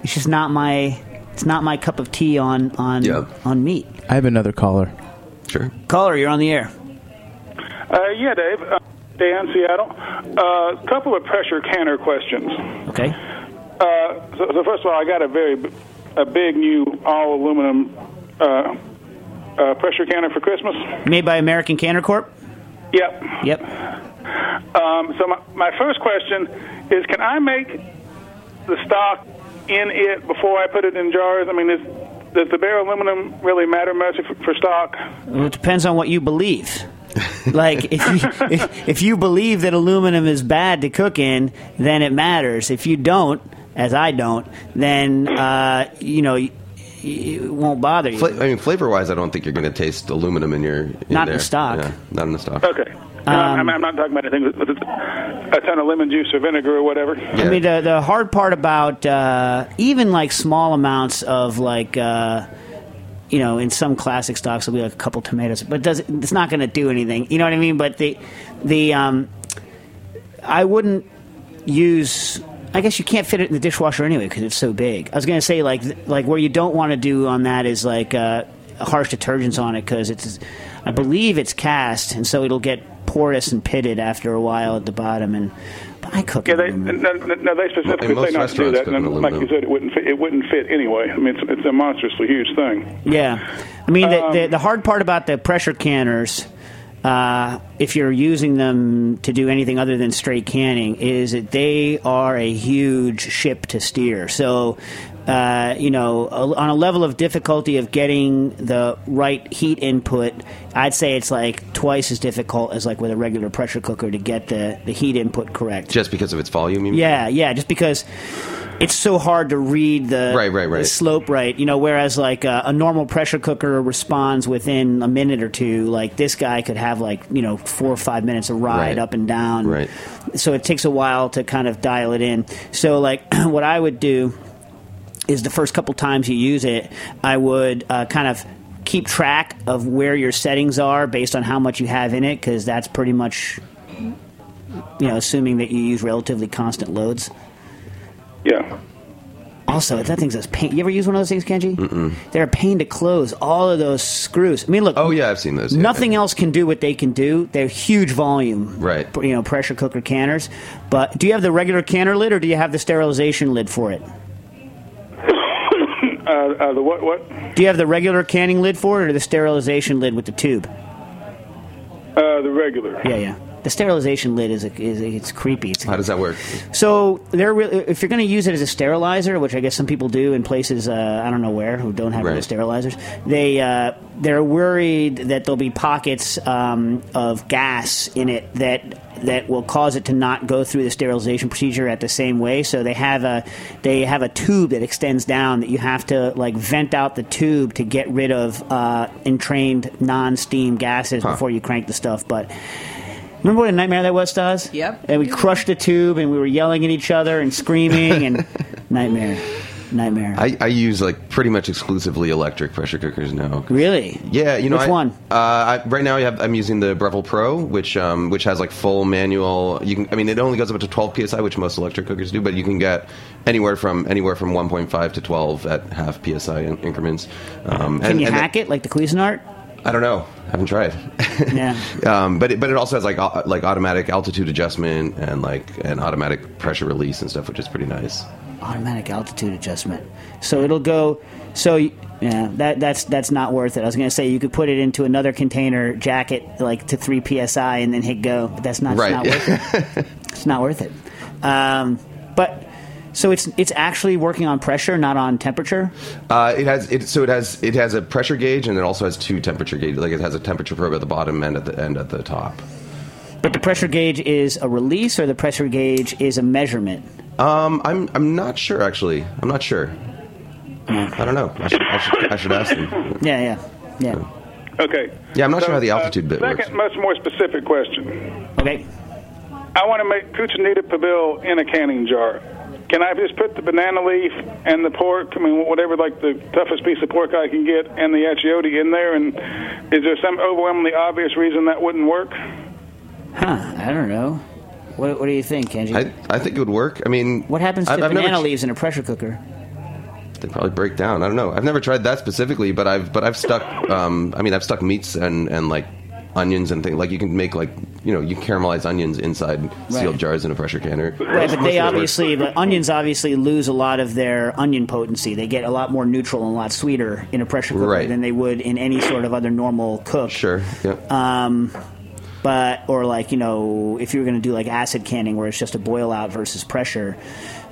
Speaker 3: It's just not my. It's not my cup of tea on on
Speaker 5: Yeah.
Speaker 3: on meat.
Speaker 1: I have another caller.
Speaker 5: sure.
Speaker 3: Caller, you're on the air.
Speaker 8: Uh, yeah, Dave. Uh, Dan, Seattle. A uh, couple of pressure canner questions.
Speaker 3: Okay.
Speaker 8: Uh, so, so first of all, I got a very b- a big new all aluminum uh, uh, pressure canner for Christmas.
Speaker 3: Made by American Canner Corp.
Speaker 8: Yep.
Speaker 3: Yep.
Speaker 8: Um, so my, my first question is, can I make the stock in it before I put it in jars? I mean, is, does the bare aluminum really matter much for, for stock?
Speaker 3: Well, it depends on what you believe. like if you, if, if you believe that aluminum is bad to cook in, then it matters. If you don't, as I don't, then uh, you know y- y- it won't bother you.
Speaker 5: Fla- I mean, flavor wise, I don't think you're going to taste aluminum in your in
Speaker 3: Not in
Speaker 5: there.
Speaker 3: the stock.
Speaker 5: Yeah, not in the stock.
Speaker 8: Okay. Um, No, Uh, I'm, I'm not talking about anything with, with a ton of lemon juice or vinegar or whatever.
Speaker 5: Yeah.
Speaker 3: I mean, the, the hard part about uh, even like small amounts of like, uh, you know, in some classic stocks, it'll be like a couple tomatoes, but does it's not going to do anything. You know what I mean? But the the um, I wouldn't use. I guess you can't fit it in the dishwasher anyway because it's so big. I was going to say like th- like where you don't want to do on that is like uh, harsh detergents on it because it's I believe it's cast and so it'll get porous and pitted after a while at the bottom and. But I cook.
Speaker 8: Yeah,
Speaker 3: it
Speaker 8: they,
Speaker 3: in-
Speaker 8: no, no, no, they specifically
Speaker 5: most
Speaker 8: say not to do
Speaker 5: restaurants
Speaker 8: that.
Speaker 5: cook Mm-hmm. in
Speaker 8: And like you
Speaker 5: aluminum.
Speaker 8: said, it wouldn't fit, it wouldn't fit anyway. I mean, it's, it's a monstrously huge thing.
Speaker 3: Yeah, I mean the, the the hard part about the pressure canners, uh, if you're using them to do anything other than straight canning, is that they are a huge ship to steer. So. Uh, you know, a- on a level of difficulty of getting the right heat input, I'd say it's like twice as difficult as like with a regular pressure cooker to get the, the heat input correct.
Speaker 5: Just because of its volume, you mean?
Speaker 3: Yeah, yeah, just because it's so hard to read the,
Speaker 5: Right, right, right.
Speaker 3: the slope right. You know, whereas like uh, a normal pressure cooker responds within a minute or two, like this guy could have like, you know, four or five minutes of ride
Speaker 5: Right.
Speaker 3: up and down.
Speaker 5: Right.
Speaker 3: So it takes a while to kind of dial it in. So, like, what I would do is the first couple times you use it, I would uh, kind of keep track of where your settings are based on how much you have in it, because that's pretty much, you know, assuming that you use relatively constant loads.
Speaker 8: Yeah.
Speaker 3: Also, that thing's a pain. You ever use one of those things, Kenji? Mm-mm. They're a pain to close. All of those screws. I mean, look.
Speaker 5: Oh yeah, I've seen those. yeah.
Speaker 3: Nothing else can do what they can do. They're huge volume,
Speaker 5: Right.
Speaker 3: You know, pressure cooker canners. But do you have the regular canner lid, or do you have the sterilization lid for it?
Speaker 8: Uh, uh, the what? What?
Speaker 3: Do you have the regular canning lid for it, or the sterilization lid with the tube?
Speaker 8: Uh, the regular.
Speaker 3: Yeah, yeah. The sterilization lid is a, is a, it's creepy. It's
Speaker 5: How does that work?
Speaker 3: So they're really, if you're going to use it as a sterilizer, which I guess some people do in places uh, I don't know where who don't have
Speaker 5: Right.
Speaker 3: real sterilizers, they uh, they're worried that there'll be pockets um, of gas in it that that will cause it to not go through the sterilization procedure at the same way. So they have a they have a tube that extends down that you have to like vent out the tube to get rid of uh, entrained non-steam gases before you crank the stuff. But Remember what a nightmare that was, Stas?
Speaker 4: Yep.
Speaker 3: And we crushed the tube, and we were yelling at each other and screaming, and nightmare, nightmare.
Speaker 5: I, I use like pretty much exclusively electric pressure cookers now.
Speaker 3: really?
Speaker 5: Yeah, you know,
Speaker 3: Which
Speaker 5: I-
Speaker 3: one?
Speaker 5: Uh, I, right now, I have, I'm using the Breville Pro, which um, which has like full manual. You can, I mean, it only goes up to 12 psi, which most electric cookers do, but you can get anywhere from anywhere from 1.5 to 12 at half psi in- increments. Um,
Speaker 3: Can you hack it like the Cuisinart?
Speaker 5: I don't know. I haven't tried.
Speaker 3: Yeah.
Speaker 5: um, but it, but it also has like au- like automatic altitude adjustment and like an automatic pressure release and stuff, which is pretty nice.
Speaker 3: Automatic altitude adjustment. So it'll go. So y- yeah, that that's that's not worth it. I was gonna say you could put it into another container, jacket like to three psi, and then hit go. But that's not, it's
Speaker 5: Right.
Speaker 3: not worth it. It's not worth it. Um, but so it's it's actually working on pressure, not on temperature.
Speaker 5: Uh, it has it so it has it has a pressure gauge and it also has two temperature gauges. Like it has a temperature probe at the bottom and at the end at the top.
Speaker 3: But the pressure gauge is a release, or the pressure gauge is a measurement.
Speaker 5: Um, I'm I'm not sure actually. I'm not sure. I don't know. I should, I should, I should ask them.
Speaker 3: Yeah, yeah, yeah.
Speaker 8: Okay. uh,
Speaker 5: Yeah, I'm not sure how the altitude bit
Speaker 8: second,
Speaker 5: works.
Speaker 8: much more specific question.
Speaker 3: Okay.
Speaker 8: I want to make Cuccinita Pibil in a canning jar. Can I just put the banana leaf and the pork, I mean, whatever, like the toughest piece of pork I can get, and the achiote in there? And is there some overwhelmingly obvious reason that wouldn't work?
Speaker 3: Huh? I don't know. What, what do you think, Kenji?
Speaker 5: I, I think it would work. I mean,
Speaker 3: what happens to
Speaker 5: I've- I've never
Speaker 3: banana
Speaker 5: tr-
Speaker 3: leaves in a pressure cooker?
Speaker 5: They probably break down. I don't know. I've never tried that specifically, but I've but I've stuck. Um, I mean, I've stuck meats and and like onions and things. Like you can make like you know you caramelize onions inside sealed
Speaker 3: Right.
Speaker 5: jars in a pressure canner.
Speaker 3: Right, but they
Speaker 5: Mostly works.
Speaker 3: obviously the onions obviously lose a lot of their onion potency. They get a lot more neutral and a lot sweeter in a pressure cooker
Speaker 5: Right.
Speaker 3: than they would in any sort of other normal cook.
Speaker 5: Sure. Yeah.
Speaker 3: Um, but or like you know, if you were going to do like acid canning, where it's just a boil out versus pressure.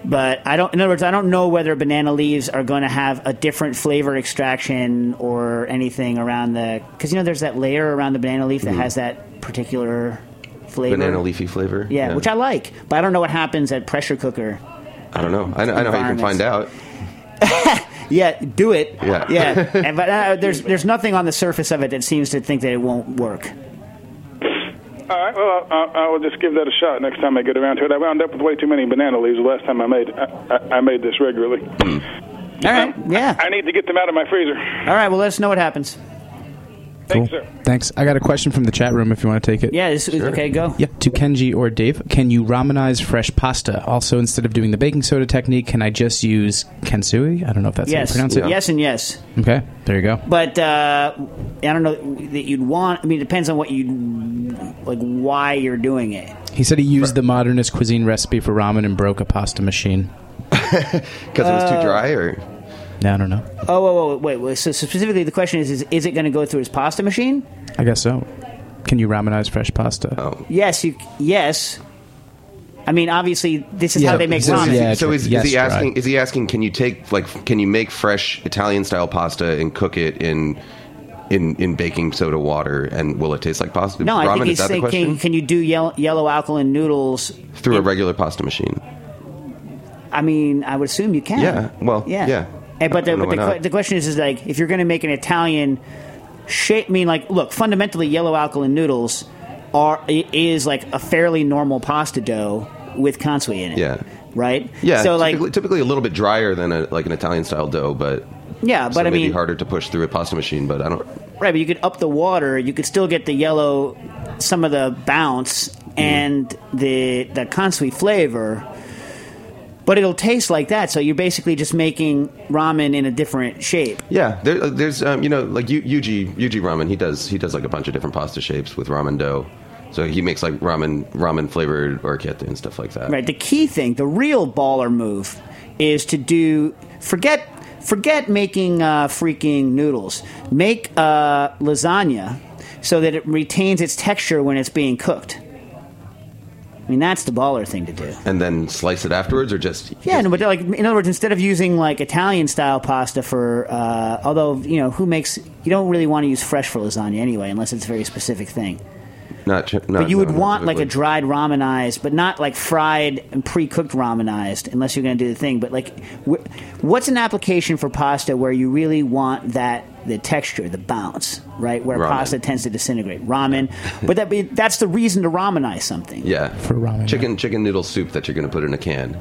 Speaker 3: But I don't. In other words, I don't know whether banana leaves are going to have a different flavor extraction or anything around the because you know there's that layer around the banana leaf that has that particular flavor.
Speaker 5: Mm-hmm. Banana leafy flavor.
Speaker 3: Yeah, which I like, but I don't know what happens at pressure cooker.
Speaker 5: I don't know. I know, I know how you can find out.
Speaker 3: Yeah, do it.
Speaker 5: Yeah.
Speaker 3: yeah. And, but uh, there's there's nothing on the surface of it that seems to think that it won't work.
Speaker 8: All right, well, I, I will just give that a shot next time I get around to it. I wound up with way too many banana leaves the last time I made I, I, I made this regularly.
Speaker 3: All right. Yeah.
Speaker 8: I need to get them out of my freezer.
Speaker 3: All right. Well, let us know what happens.
Speaker 8: Thanks, sir.
Speaker 1: Thanks. I got a question from the chat room if you want to take it.
Speaker 3: Yeah. This, Okay. Go.
Speaker 1: Yeah, to Kenji or Dave, can you ramenize fresh pasta? Also, instead of doing the baking soda technique, can I just use kensui? I don't know if that's
Speaker 3: Yes.
Speaker 1: how you pronounce it.
Speaker 3: Yes and yes.
Speaker 1: Okay, there you go.
Speaker 3: But uh, I don't know that you'd want. I mean, it depends on what you like, why you're doing it.
Speaker 1: He said he used the modernist cuisine recipe for ramen and broke a pasta machine.
Speaker 5: Because it
Speaker 3: Uh,
Speaker 5: was too dry, or
Speaker 1: Yeah, I don't know.
Speaker 3: Oh, whoa, whoa, wait, wait. So specifically, the question is: is, is it going to go through his pasta machine?
Speaker 1: I guess so. Can you ramenize fresh pasta?
Speaker 5: oh.
Speaker 3: Yes. You yes. I mean, obviously, this is
Speaker 1: Yeah,
Speaker 3: how they make
Speaker 1: he says
Speaker 3: ramen.
Speaker 1: yeah.
Speaker 5: so is,
Speaker 1: yes,
Speaker 5: is he
Speaker 1: dry.
Speaker 5: asking? Is he asking? Can you take like? Can you make fresh Italian style pasta and cook it in in in baking soda water? And will it taste like pasta?
Speaker 3: No,
Speaker 5: ramen?
Speaker 3: I think
Speaker 5: is
Speaker 3: he's
Speaker 5: that the
Speaker 3: thinking:
Speaker 5: question?
Speaker 3: can you do yellow, yellow alkaline noodles?
Speaker 5: Through a regular pasta machine.
Speaker 3: I mean, I would assume you can.
Speaker 5: Yeah, well, yeah.
Speaker 3: And, but
Speaker 5: I
Speaker 3: the,
Speaker 5: don't know
Speaker 3: but the,
Speaker 5: why not.
Speaker 3: que- the question is, is like if you're going to make an Italian shape. I mean, like, look, fundamentally, yellow alkaline noodles are i- is like a fairly normal pasta dough with kansui in it.
Speaker 5: Yeah.
Speaker 3: Right.
Speaker 5: Yeah.
Speaker 3: So like,
Speaker 5: typically, typically a little bit drier than a, like an Italian style dough, but
Speaker 3: yeah, but
Speaker 5: so
Speaker 3: I
Speaker 5: maybe
Speaker 3: mean,
Speaker 5: harder to push through a pasta machine. But I don't.
Speaker 3: Right, but you could up the water. You could still get the yellow, some of the bounce
Speaker 5: Mm-hmm.
Speaker 3: and the the kansui flavor, but it'll taste like that. So you're basically just making ramen in a different shape.
Speaker 5: Yeah, there, there's um, you know like Yu- Yuji Yuji ramen. He does he does like a bunch of different pasta shapes with ramen dough. So he makes like ramen ramen flavored orchette and stuff like that.
Speaker 3: Right. The key thing, the real baller move, is to do forget forget making uh, freaking noodles. Make uh, lasagna so that it retains its texture when it's being cooked. I mean, that's the baller thing to do.
Speaker 5: And then slice it afterwards, or just
Speaker 3: Yeah, no, but like in other words, instead of using like Italian style pasta for, uh, although you know who makes, you don't really want to use fresh for lasagna anyway, unless it's a very specific thing.
Speaker 5: Not, ch- not
Speaker 3: But you would
Speaker 5: not
Speaker 3: want like a
Speaker 5: specifically.
Speaker 3: dried ramenized, but not like fried and pre-cooked ramenized, unless you're going to do the thing. But like, wh- what's an application for pasta where you really want that the texture, the bounce, right? Where
Speaker 5: Ramen.
Speaker 3: pasta tends to disintegrate. Ramen, but that be, that's the reason to ramenize something.
Speaker 5: yeah
Speaker 1: For ramen,
Speaker 5: chicken chicken noodle soup that you're going to put in a can.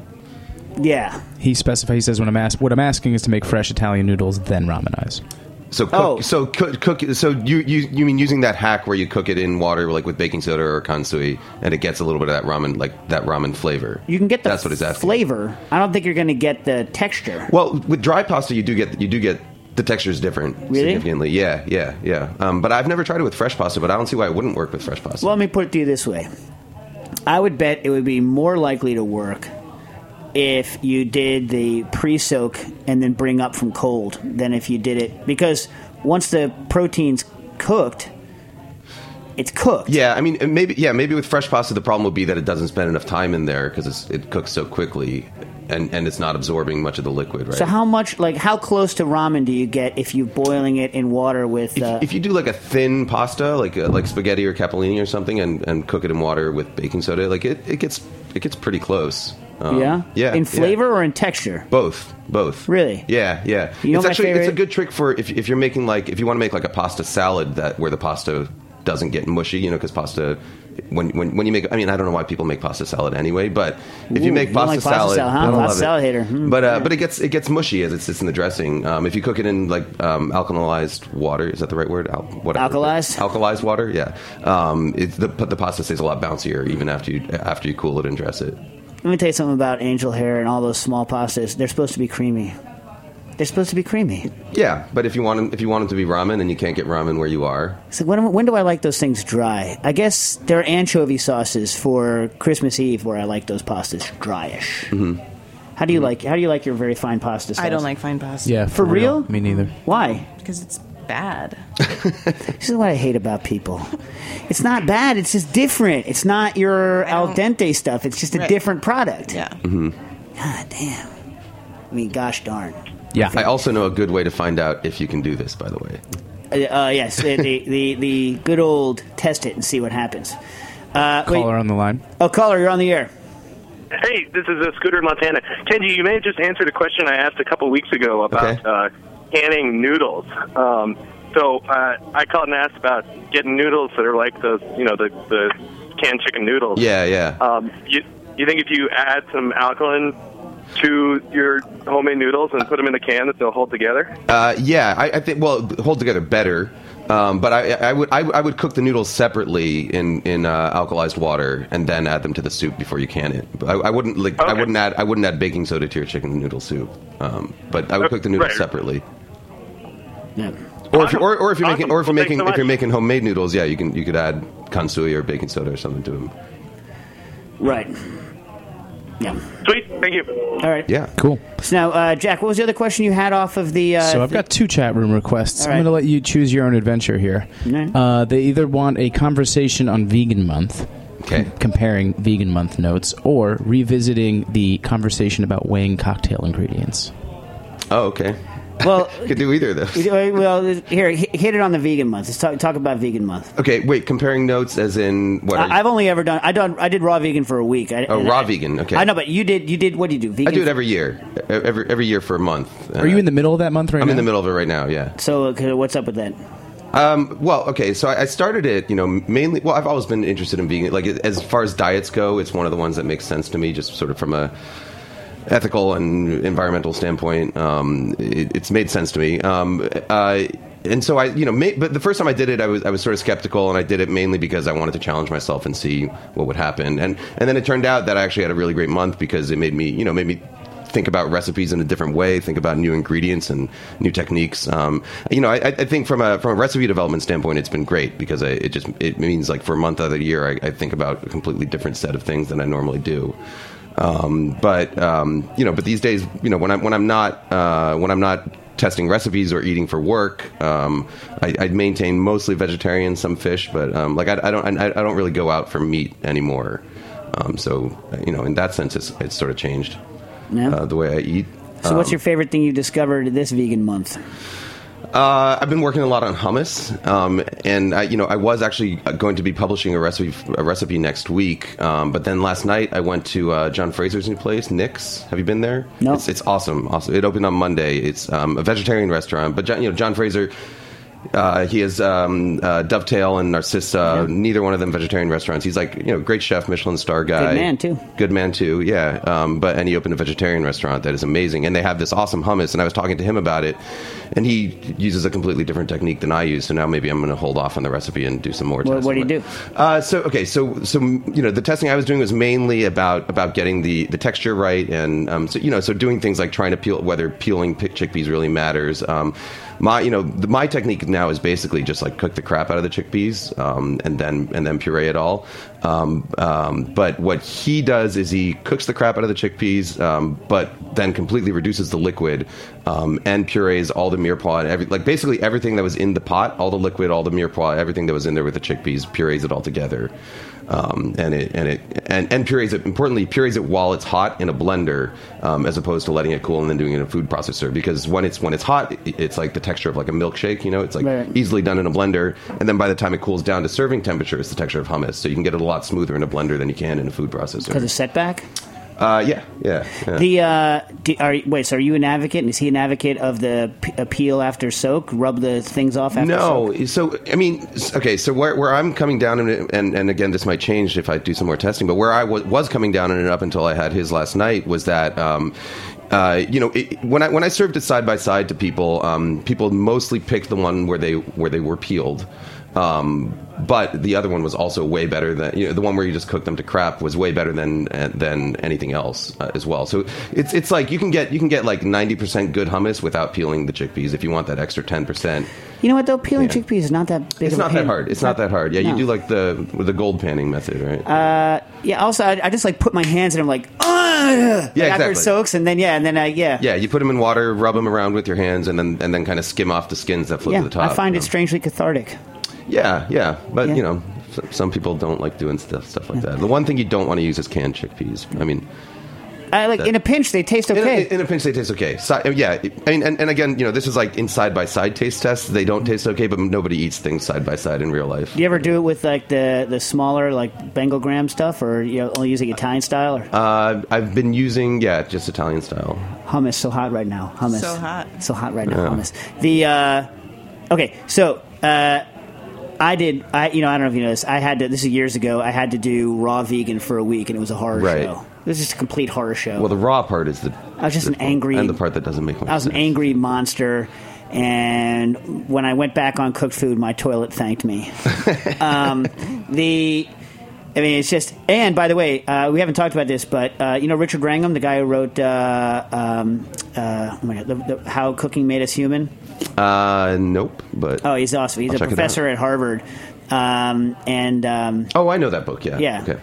Speaker 3: Yeah.
Speaker 1: He specifies. He says, "When I'm asked, what I'm asking is to make fresh Italian noodles, then ramenize."
Speaker 5: So cook,
Speaker 3: Oh.
Speaker 5: so cook, cook so you, you you mean using that hack where you cook it in water like with baking soda or kansui and it gets a little bit of that ramen like that ramen flavor.
Speaker 3: You can get the
Speaker 5: That's what it's asking.
Speaker 3: flavor. I don't think you're going to get the texture.
Speaker 5: Well, with dry pasta you do get you do get the texture is different
Speaker 3: Really?
Speaker 5: significantly. Yeah, yeah, yeah. Um, but I've never tried it with fresh pasta, but I don't see why it wouldn't work with fresh pasta.
Speaker 3: Well, let me put it to you this way. I would bet it would be more likely to work if you did the pre soak and then bring up from cold than if you did it because once the protein's cooked, it's cooked.
Speaker 5: Yeah, I mean, and maybe yeah, maybe with fresh pasta, the problem would be that it doesn't spend enough time in there because it cooks so quickly, and and it's not absorbing much of the liquid, right?
Speaker 3: So how much, like, how close to ramen do you get if you're boiling it in water with?
Speaker 5: if,
Speaker 3: uh,
Speaker 5: if you do like a thin pasta, like uh, like spaghetti or capellini or something, and, and cook it in water with baking soda, like it, it gets it gets pretty close. Um,
Speaker 3: yeah,
Speaker 5: yeah,
Speaker 3: in
Speaker 5: yeah.
Speaker 3: flavor or in texture?
Speaker 5: Both, both.
Speaker 3: Really?
Speaker 5: Yeah, yeah.
Speaker 3: You know
Speaker 5: it's
Speaker 3: my
Speaker 5: actually it's a
Speaker 3: favorite-
Speaker 5: good trick for if, if you're making like if you want to make like a pasta salad that where the pasta doesn't get mushy, you know, because pasta when, when when you make I mean I don't know why people make pasta salad anyway, but if you
Speaker 3: Ooh,
Speaker 5: make
Speaker 3: you don't
Speaker 5: pasta
Speaker 3: like pasta
Speaker 5: salad,
Speaker 3: salad, huh?
Speaker 5: I don't
Speaker 3: Pasta
Speaker 5: love it.
Speaker 3: salad hater. Hmm.
Speaker 5: But uh, but it gets it gets mushy as it sits in the dressing. Um, if you cook it in like um, alkalized water, is that the right word? Al- whatever.
Speaker 3: Alkalized?
Speaker 5: alkalized water. Yeah, um, it, the the pasta stays a lot bouncier even after you after you cool it and dress it.
Speaker 3: Let me tell you something about angel hair and all those small pastas. They're supposed to be creamy. They're supposed to be creamy.
Speaker 5: Yeah, but if you want 'em- if you want them to be ramen and you can't get ramen where you are,
Speaker 3: So when, when do I like those things dry? I guess there are anchovy sauces for Christmas Eve where I like those pastas dryish. Mm-hmm. How do you like? How do you like your very fine pasta? Sauce?
Speaker 4: I don't like fine pasta.
Speaker 1: Yeah,
Speaker 3: For real?
Speaker 1: Me neither.
Speaker 3: Why?
Speaker 4: Because it's bad.
Speaker 3: This is what I hate about people. It's not bad. It's just different. It's not your
Speaker 4: I
Speaker 3: al
Speaker 4: don't-
Speaker 3: dente stuff. It's just a
Speaker 4: Right.
Speaker 3: different product.
Speaker 4: Yeah.
Speaker 3: God damn. I mean, gosh darn.
Speaker 1: Yeah.
Speaker 5: I also know a good way to find out if you can do this. By the way,
Speaker 3: Uh, uh, yes, the, the, the the good old test it and see what happens. Uh, wait.
Speaker 1: Caller on the line.
Speaker 3: Oh, caller, you're on the air.
Speaker 9: Hey, this is uh Scooter in Montana. Kenji, you may have just answered a question I asked a couple weeks ago about
Speaker 5: Okay.
Speaker 9: uh, canning noodles. Um, so uh, I called and asked about getting noodles that are like those, you know, the, the canned chicken noodles.
Speaker 5: yeah, yeah.
Speaker 9: Um, you, you think if you add some alkaline to your homemade noodles and put them in the can that they'll hold together?
Speaker 5: Uh, yeah, I, I think. Well, hold together better. Um, but I, I would I, I would cook the noodles separately in in uh, alkalized water and then add them to the soup before you can it. But I, I wouldn't like I
Speaker 9: Okay.
Speaker 5: wouldn't add I wouldn't add baking soda to your chicken noodle soup. Um, but I would cook the noodles
Speaker 9: Right.
Speaker 5: separately.
Speaker 3: Yeah.
Speaker 5: Or if, you- or, or if you're
Speaker 9: Awesome.
Speaker 5: making or if you're
Speaker 9: Well, thanks
Speaker 5: making
Speaker 9: so
Speaker 5: if you're
Speaker 9: much.
Speaker 5: making homemade noodles, yeah, you can you could add kansui or baking soda or something to them.
Speaker 3: Right. Yeah.
Speaker 9: Sweet. Thank you.
Speaker 3: All right.
Speaker 5: Yeah,
Speaker 1: Cool.
Speaker 3: So now, uh, Jack, what was the other question you had off of the? Uh,
Speaker 1: So I've got two chat room requests.
Speaker 3: All
Speaker 1: I'm
Speaker 3: right.
Speaker 1: going to let you choose your own adventure here.
Speaker 3: Alright.
Speaker 1: Uh, they either want a conversation on Vegan Month,
Speaker 5: Okay.
Speaker 1: comparing Vegan Month notes, or revisiting the conversation about weighing cocktail ingredients.
Speaker 5: Oh, okay.
Speaker 3: Well, uh,
Speaker 5: Could do either of those.
Speaker 3: well, here, h- hit it on the vegan month. Let's talk, talk about vegan month.
Speaker 5: Okay, wait. Comparing notes, as in what? are you-
Speaker 3: I, I've only ever done. I done. I did raw vegan for a week. I,
Speaker 5: Oh,
Speaker 3: and
Speaker 5: raw
Speaker 3: I-
Speaker 5: vegan, okay.
Speaker 3: I know, but you did. You did. What do you do? Vegan.
Speaker 5: I do it every year, E- every every year for a month. Uh,
Speaker 1: Are you in the middle of that month right
Speaker 5: I'm
Speaker 1: now?
Speaker 5: in the middle of it right now. Yeah.
Speaker 3: So okay, what's up with that?
Speaker 5: Um, well, okay. So I I started it, you know, mainly. Well, I've always been interested in vegan. Like as far as diets go, it's one of the ones that makes sense to me, just sort of from a ethical and environmental standpoint, um, it, it's made sense to me. Um, uh, and so I, you know, ma- but the first time I did it, I was I was sort of skeptical, and I did it mainly because I wanted to challenge myself and see what would happen. And and then it turned out that I actually had a really great month because it made me, you know, made me think about recipes in a different way, think about new ingredients and new techniques. Um, you know, I, I I think from a from a recipe development standpoint, it's been great because I, it just it means like for a month out of the year, I, I think about a completely different set of things than I normally do. Um, but um, you know, but these days, you know, when I'm when I'm not uh, when I'm not testing recipes or eating for work, um, I, I maintain mostly vegetarian, some fish, but um, like I, I don't I, I don't really go out for meat anymore. Um, so you know, in that sense, it's, it's sort of changed
Speaker 3: Yeah.
Speaker 5: uh, the way I eat.
Speaker 3: so, what's your favorite thing you discovered this vegan month?
Speaker 5: Uh, I've been working a lot on hummus, um, and I, you know, I was actually uh, going to be publishing a recipe a recipe next week. Um, but then last night, I went to uh, John Fraser's new place, Nick's. Have you been there?
Speaker 3: No.
Speaker 5: It's, it's awesome. Awesome. It opened on Monday. It's um, a vegetarian restaurant, but John, you know, John Fraser. Uh, he has um, uh, Dovetail and Narcissa. Neither one of them vegetarian restaurants. He's like you know great chef, Michelin star guy,
Speaker 3: man, too.
Speaker 5: Good man too, yeah. Um, but and he opened a vegetarian restaurant that is amazing, and they have this awesome hummus. And I was talking to him about it, and he uses a completely different technique than I use. So now maybe I'm going to hold off on the recipe and do some more.
Speaker 3: What-
Speaker 5: testing.
Speaker 3: what do you do?
Speaker 5: Uh, so okay, so so you know the testing I was doing was mainly about about getting the the texture right, and um, so you know so doing things like trying to peel whether peeling pick chickpeas really matters. Um, my you know the, my technique now is basically just like cook the crap out of the chickpeas um, and then and then puree it all. Um, um, but what he does is he cooks the crap out of the chickpeas, um, but then completely reduces the liquid um, and purees all the mirepoix and every like basically everything that was in the pot, all the liquid, all the mirepoix, everything that was in there with the chickpeas, purees it all together. Um, and it and it and, and purees it importantly purees it while it's hot in a blender um, as opposed to letting it cool and then doing it in a food processor because when it's when it's hot it- it's like the texture of like a milkshake you know it's like
Speaker 3: Right.
Speaker 5: easily done in a blender and then by the time it cools down to serving temperature it's the texture of hummus so you can get it a lot smoother in a blender than you can in a food
Speaker 3: Because
Speaker 5: processor
Speaker 3: of setback.
Speaker 5: uh, yeah yeah, yeah.
Speaker 3: The uh, do, are, wait, so are you an advocate? And is he an advocate of the p- uh, peel after soak? Rub the things off after
Speaker 5: no
Speaker 3: soak?
Speaker 5: so i mean s- okay so where, where i'm coming down and, and and again this might change if i do some more testing but where I wa- was coming down on it up until i had his last night was that um uh, you know, it, when I when I served it side by side to people, um, people mostly picked the one where they where they were peeled, um, but the other one was also way better than you know the one where you just cook them to crap was way better than uh, than anything else uh, as well. So it's it's like you can get you can get like ninety percent good hummus without peeling the chickpeas if you want that extra ten percent.
Speaker 3: You know what though? Peeling
Speaker 5: Yeah.
Speaker 3: chickpeas is not that big.
Speaker 5: It's
Speaker 3: of a
Speaker 5: not that
Speaker 3: pain.
Speaker 5: hard. It's not that hard. Yeah,
Speaker 3: No. Uh,
Speaker 5: you do like the with the gold panning method, right?
Speaker 3: Yeah. Also, I, I just like put my hands and I'm like, Ugh! Like,
Speaker 5: Yeah,
Speaker 3: After
Speaker 5: exactly.
Speaker 3: it soaks, and then yeah, and then I yeah.
Speaker 5: yeah, you put them in water, rub them around with your hands, and then and then kind of skim off the skins that float
Speaker 3: Yeah,
Speaker 5: to the top.
Speaker 3: I find
Speaker 5: you
Speaker 3: it
Speaker 5: know?
Speaker 3: strangely cathartic.
Speaker 5: Yeah, yeah, but
Speaker 3: Yeah.
Speaker 5: you know, s- some people don't like doing stuff stuff like that. The one thing you don't want to use is canned chickpeas. I mean,
Speaker 3: I like in a pinch they taste
Speaker 5: in, a-
Speaker 3: okay.
Speaker 5: in a pinch they taste okay. Si- yeah, I mean, and, and again, you know, this is like in side by side taste tests. They don't taste okay, but nobody eats things side by side in real life.
Speaker 3: do you ever do it with like the, the smaller like Bengal gram stuff, or you know, only using Italian style or
Speaker 5: Uh, I've been using yeah, just Italian style.
Speaker 3: hummus? So hot right now, hummus.
Speaker 4: So hot.
Speaker 3: so hot right now, hummus. The uh, okay, so uh, I did. I you know I don't know if you know this. I had to. This is years ago. I had to do raw vegan for a week, and it was a horror
Speaker 5: Right.
Speaker 3: show. It was just a complete horror show.
Speaker 5: Well, the raw part is the
Speaker 3: I was just an angry-
Speaker 5: and the part that doesn't make much.
Speaker 3: I was an
Speaker 5: sense.
Speaker 3: angry monster, and when I went back on cooked food, my toilet thanked me. um, the, I mean, it's just. And by the way, uh, we haven't talked about this, but uh, you know Richard Wrangham, the guy who wrote, uh, um, uh, oh my God, the, the, "How Cooking Made Us Human."
Speaker 5: Uh, nope. But
Speaker 3: Oh, he's awesome. He's
Speaker 5: I'll
Speaker 3: a
Speaker 5: check it out.
Speaker 3: professor at Harvard, um, and um,
Speaker 5: oh, I know that book. Yeah.
Speaker 3: Yeah.
Speaker 5: Okay.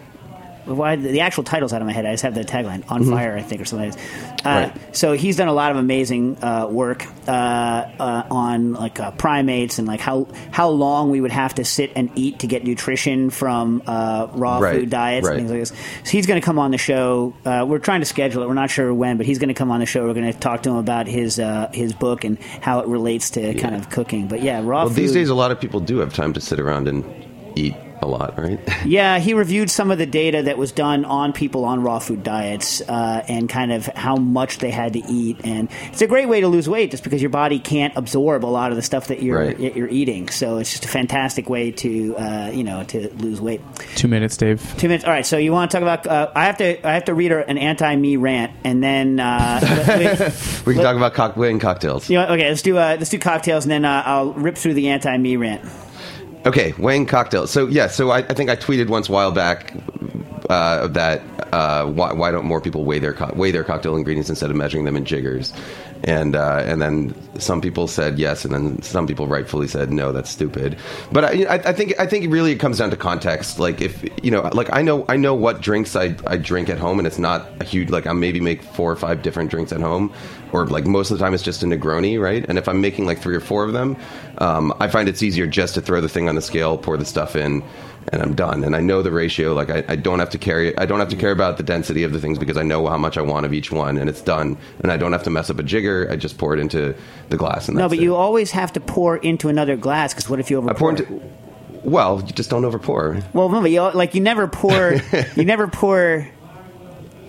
Speaker 3: why the, the actual title's out of my head. I just have the tagline "On Fire," I think, or something. Like that. Uh,
Speaker 5: Mm-hmm. Right.
Speaker 3: So he's done a lot of amazing uh, work uh, uh, on like uh, primates and like how how long we would have to sit and eat to get nutrition from uh, raw
Speaker 5: Right,
Speaker 3: food diets
Speaker 5: right.
Speaker 3: and things like this. So he's going to come on the show. Uh, we're trying to schedule it. We're not sure when, but he's going to come on the show. We're going to talk to him about his uh, his book and how it relates to kind of cooking. But yeah, raw
Speaker 5: Well,
Speaker 3: food.
Speaker 5: these days a lot of people do have time to sit around and eat a lot, right?
Speaker 3: Yeah, he reviewed some of the data that was done on people on raw food diets uh, and kind of how much they had to eat. And it's a great way to lose weight just because your body can't absorb a lot of the stuff that you're
Speaker 5: Right.
Speaker 3: that you're eating. So it's just a fantastic way to uh, you know to lose weight.
Speaker 1: Two minutes, Dave.
Speaker 3: Two minutes. All right. So you want to talk about? Uh, I have to I have to read an anti me rant and then uh, let- let-
Speaker 5: we can
Speaker 3: Let-
Speaker 5: talk about cock- wedding cocktails.
Speaker 3: you know, okay let's do uh, let's do cocktails and then uh, I'll rip through the anti me rant.
Speaker 5: Okay, Wang cocktail. So yeah, so I, I think I tweeted once a while back uh, that uh, why, why don't more people weigh their co- weigh their cocktail ingredients instead of measuring them in jiggers, and uh, and then some people said yes, and then some people rightfully said no, that's stupid. But I, I I think I think really it comes down to context. Like if you know, like I know I know what drinks I I drink at home, and it's not a huge like I maybe make four or five different drinks at home, or like most of the time it's just a Negroni, right? And if I'm making like three or four of them, um, I find it's easier just to throw the thing on the scale, pour the stuff in, and I'm done. And I know the ratio. Like I, I don't have to carry. I don't have to care about the density of the things because I know how much I want of each one, and it's done. And I don't have to mess up a jigger. I just pour it into the glass. And
Speaker 3: No,
Speaker 5: that's
Speaker 3: but
Speaker 5: it.
Speaker 3: you always have to pour into another glass because what if you over?
Speaker 5: I pour into. Well, you just don't overpour.
Speaker 3: Well, remember, you, al- like you never pour, you never pour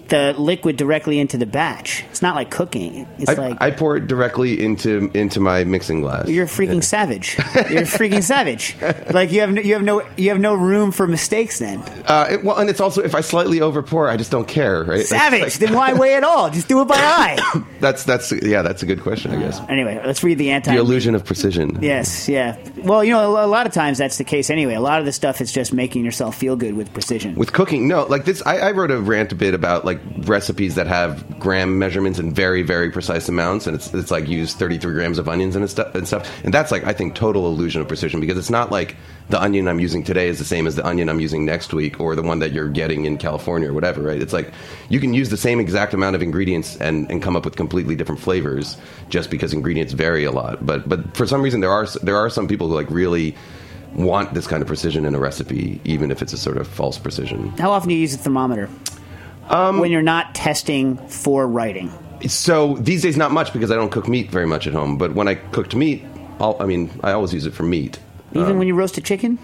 Speaker 3: the liquid directly into the batch. It's not like cooking. It's
Speaker 5: I,
Speaker 3: like
Speaker 5: I pour it directly into into my mixing glass.
Speaker 3: you're a freaking savage. You're a freaking savage. Like you have no, you have no you have no room for mistakes then.
Speaker 5: Uh, it- well, and it's also if I slightly overpour, I just don't care, right?
Speaker 3: Savage. Then why weigh at all? Just do it by eye.
Speaker 5: That's that's yeah, that's a good question, I guess.
Speaker 3: Anyway, let's read the anti.
Speaker 5: The illusion of precision.
Speaker 3: Yes, yeah. Well, you know, a a lot of times that's the case anyway. A lot of the stuff is just making yourself feel good with precision.
Speaker 5: With cooking, no, like this, I, I wrote a rant a bit about like recipes that have gram measurements and very, very precise amounts, and it's it's like use thirty three grams of onions and stuff and stuff, and that's like I think total illusion of precision because it's not like the onion I'm using today is the same as the onion I'm using next week or the one that you're getting in California or whatever, right? It's like you can use the same exact amount of ingredients and, and come up with completely different flavors just because ingredients vary a lot, but but for some reason there are s- there are some people who like really want this kind of precision in a recipe, even if it's a sort of false precision.
Speaker 3: How often do you use a thermometer?
Speaker 5: Um,
Speaker 3: when you're not testing for writing.
Speaker 5: So these days, not much because I don't cook meat very much at home. But when I cooked meat, I'll, I mean, I always use it for meat.
Speaker 3: Even when you roast a chicken,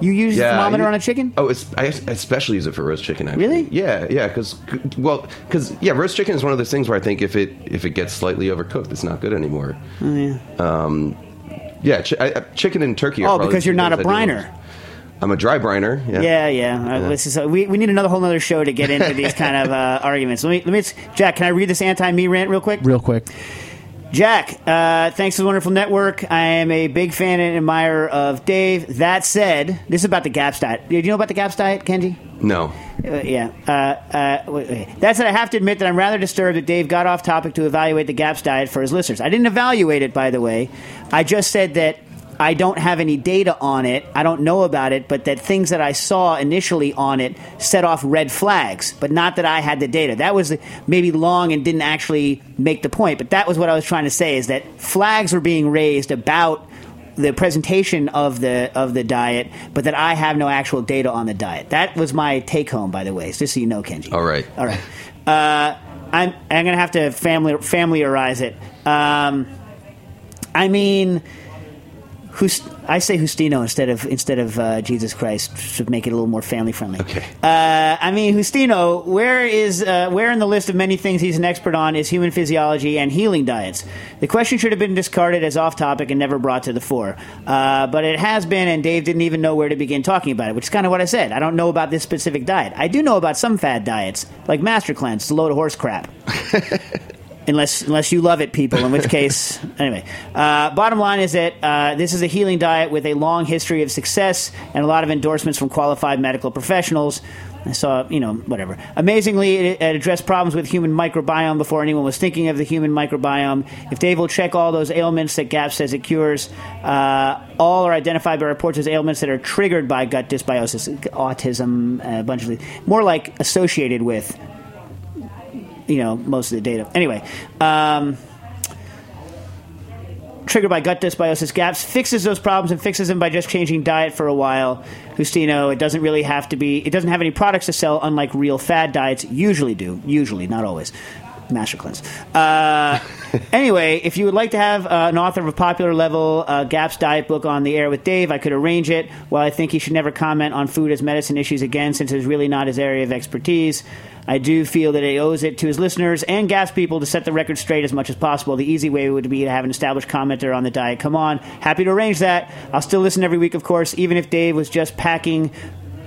Speaker 3: you use a thermometer
Speaker 5: Um, you-
Speaker 3: on a chicken.
Speaker 5: Oh, it's, I es- I especially use it for roast chicken. Actually.
Speaker 3: Really?
Speaker 5: Yeah, yeah. Because well, because yeah, roast chicken is one of those things where I think if it if it gets slightly overcooked, it's not good anymore.
Speaker 3: Oh,
Speaker 5: yeah. Um, yeah, chi- I, I- chicken and turkey. Are
Speaker 3: Oh,
Speaker 5: probably
Speaker 3: because
Speaker 5: the
Speaker 3: you're
Speaker 5: two
Speaker 3: not
Speaker 5: things
Speaker 3: a
Speaker 5: I do
Speaker 3: briner.
Speaker 5: most. I'm a dry briner. Yeah.
Speaker 3: Yeah, yeah. Uh, This is, uh, we, we need another whole other show to get into these kind of uh, arguments. Let me, let me, s- Jack, can I read this anti me rant real quick?
Speaker 1: Real quick.
Speaker 3: Jack, uh, thanks to the wonderful network. I am a big fan and admirer of Dave. That said, this is about the GAPS diet. Do you know about the GAPS diet, Kenji?
Speaker 5: No.
Speaker 3: Uh, yeah. Uh, uh, wait, wait. That said, I have to admit that I'm rather disturbed that Dave got off topic to evaluate the GAPS diet for his listeners. I didn't evaluate it, by the way. I just said that I don't have any data on it. I don't know about it, but that things that I saw initially on it set off red flags, but not that I had the data. That was maybe long and didn't actually make the point, but that was what I was trying to say is that flags were being raised about the presentation of the of the diet, but that I have no actual data on the diet. That was my take home, by the way. Just so you know, Kenji.
Speaker 5: All right.
Speaker 3: All right. Uh, I'm I'm gonna have to family familiarize it. Um, I mean, who's I say Justino instead of instead of uh, Jesus Christ should make it a little more family friendly.
Speaker 5: Okay.
Speaker 3: Uh, I mean, Justino, where is uh, where in the list of many things he's an expert on is human physiology and healing diets? The question should have been discarded as off topic and never brought to the fore, uh, but it has been, and Dave didn't even know where to begin talking about it, which is kind of what I said. I don't know about this specific diet. I do know about some fad diets, like Master Cleanse, it's a load of horse crap unless unless you love it, people. In which case, anyway. Uh, bottom line is that uh, this is a healing diet with a long history of success and a lot of endorsements from qualified medical professionals. I saw, you know, whatever. Amazingly, it, it addressed problems with human microbiome before anyone was thinking of the human microbiome. If Dave will check all those ailments that GAP says it cures, uh, all are identified by reports as ailments that are triggered by gut dysbiosis, autism, a bunch of these. More like associated with you know most of the data. Anyway, um, triggered by gut dysbiosis gaps fixes those problems and fixes them by just changing diet for a while. Justino, it doesn't really have to be. It doesn't have any products to sell, unlike real fad diets usually do. Usually, not always. Master cleanse. Uh, anyway, if you would like to have uh, an author of a popular level uh, GAPS diet book on the air with Dave, I could arrange it. While I think he should never comment on food as medicine issues again, since it's really not his area of expertise, I do feel that he owes it to his listeners and GAPS people to set the record straight as much as possible. The easy way would be to have an established commenter on the diet. Come on, happy to arrange that. I'll still listen every week, of course, even if Dave was just packing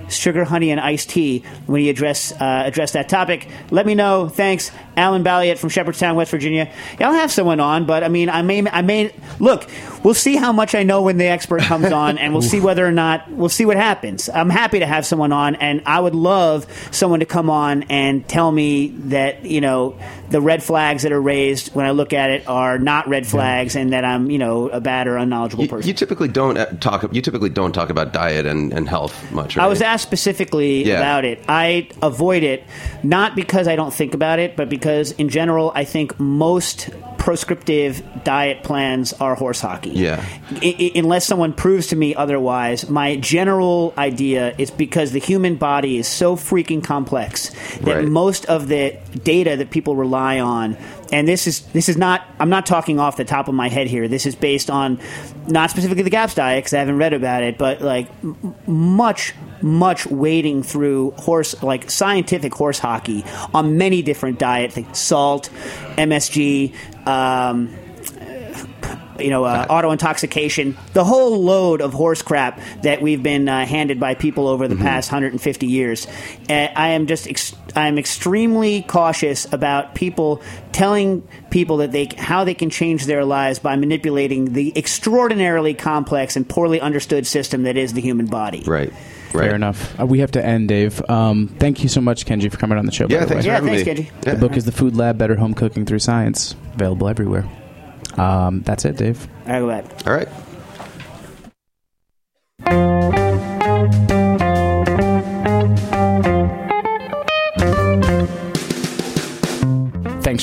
Speaker 3: sugar, honey, and iced tea when you address uh, address that topic. Let me know. Thanks, Alan Balliot from Shepherdstown, West Virginia. Yeah, I'll have someone on, but I mean, I may, I may look. We'll see how much I know when the expert comes on, and we'll see whether or not we'll see what happens. I'm happy to have someone on, and I would love someone to come on and tell me that you know the red flags that are raised when I look at it are not red flags, and that I'm you know a bad or unknowledgeable
Speaker 5: You,
Speaker 3: person.
Speaker 5: you typically don't uh, talk. You typically don't talk about diet and, and health much. Right?
Speaker 3: I was asked specifically
Speaker 5: Yeah.
Speaker 3: about it. I avoid it not because I don't think about it, but because in general, I think most proscriptive diet plans are horse hockey.
Speaker 5: Yeah.
Speaker 3: I- I- unless someone proves to me otherwise, my general idea is because the human body is so freaking complex that
Speaker 5: Right.
Speaker 3: most of the data that people rely on and this is this is not I'm not talking off the top of my head here. This is based on not specifically the GAPS diet because I haven't read about it, but like m- much much wading through horse like scientific horse hockey on many different diet things: salt, MSG. Um, you know, uh, auto intoxication, the whole load of horse crap that we've been uh, handed by people over the past 150 years. Uh, I am just, ex- I am extremely cautious about people telling people that they how they can change their lives by manipulating the extraordinarily complex and poorly understood system that is the human body.
Speaker 5: Right. Right.
Speaker 1: Fair enough. Uh, we have to end, Dave. Um, thank you so much, Kenji, for coming on the show. by
Speaker 5: Yeah,
Speaker 1: the way.
Speaker 5: thanks for
Speaker 3: Yeah,
Speaker 5: having
Speaker 3: thanks,
Speaker 5: me.
Speaker 3: Kenji.
Speaker 5: Yeah.
Speaker 1: The book is The Food Lab Better Home Cooking Through Science, available everywhere. Um, that's it, Dave.
Speaker 3: All right, go back.
Speaker 5: All right.
Speaker 1: Thanks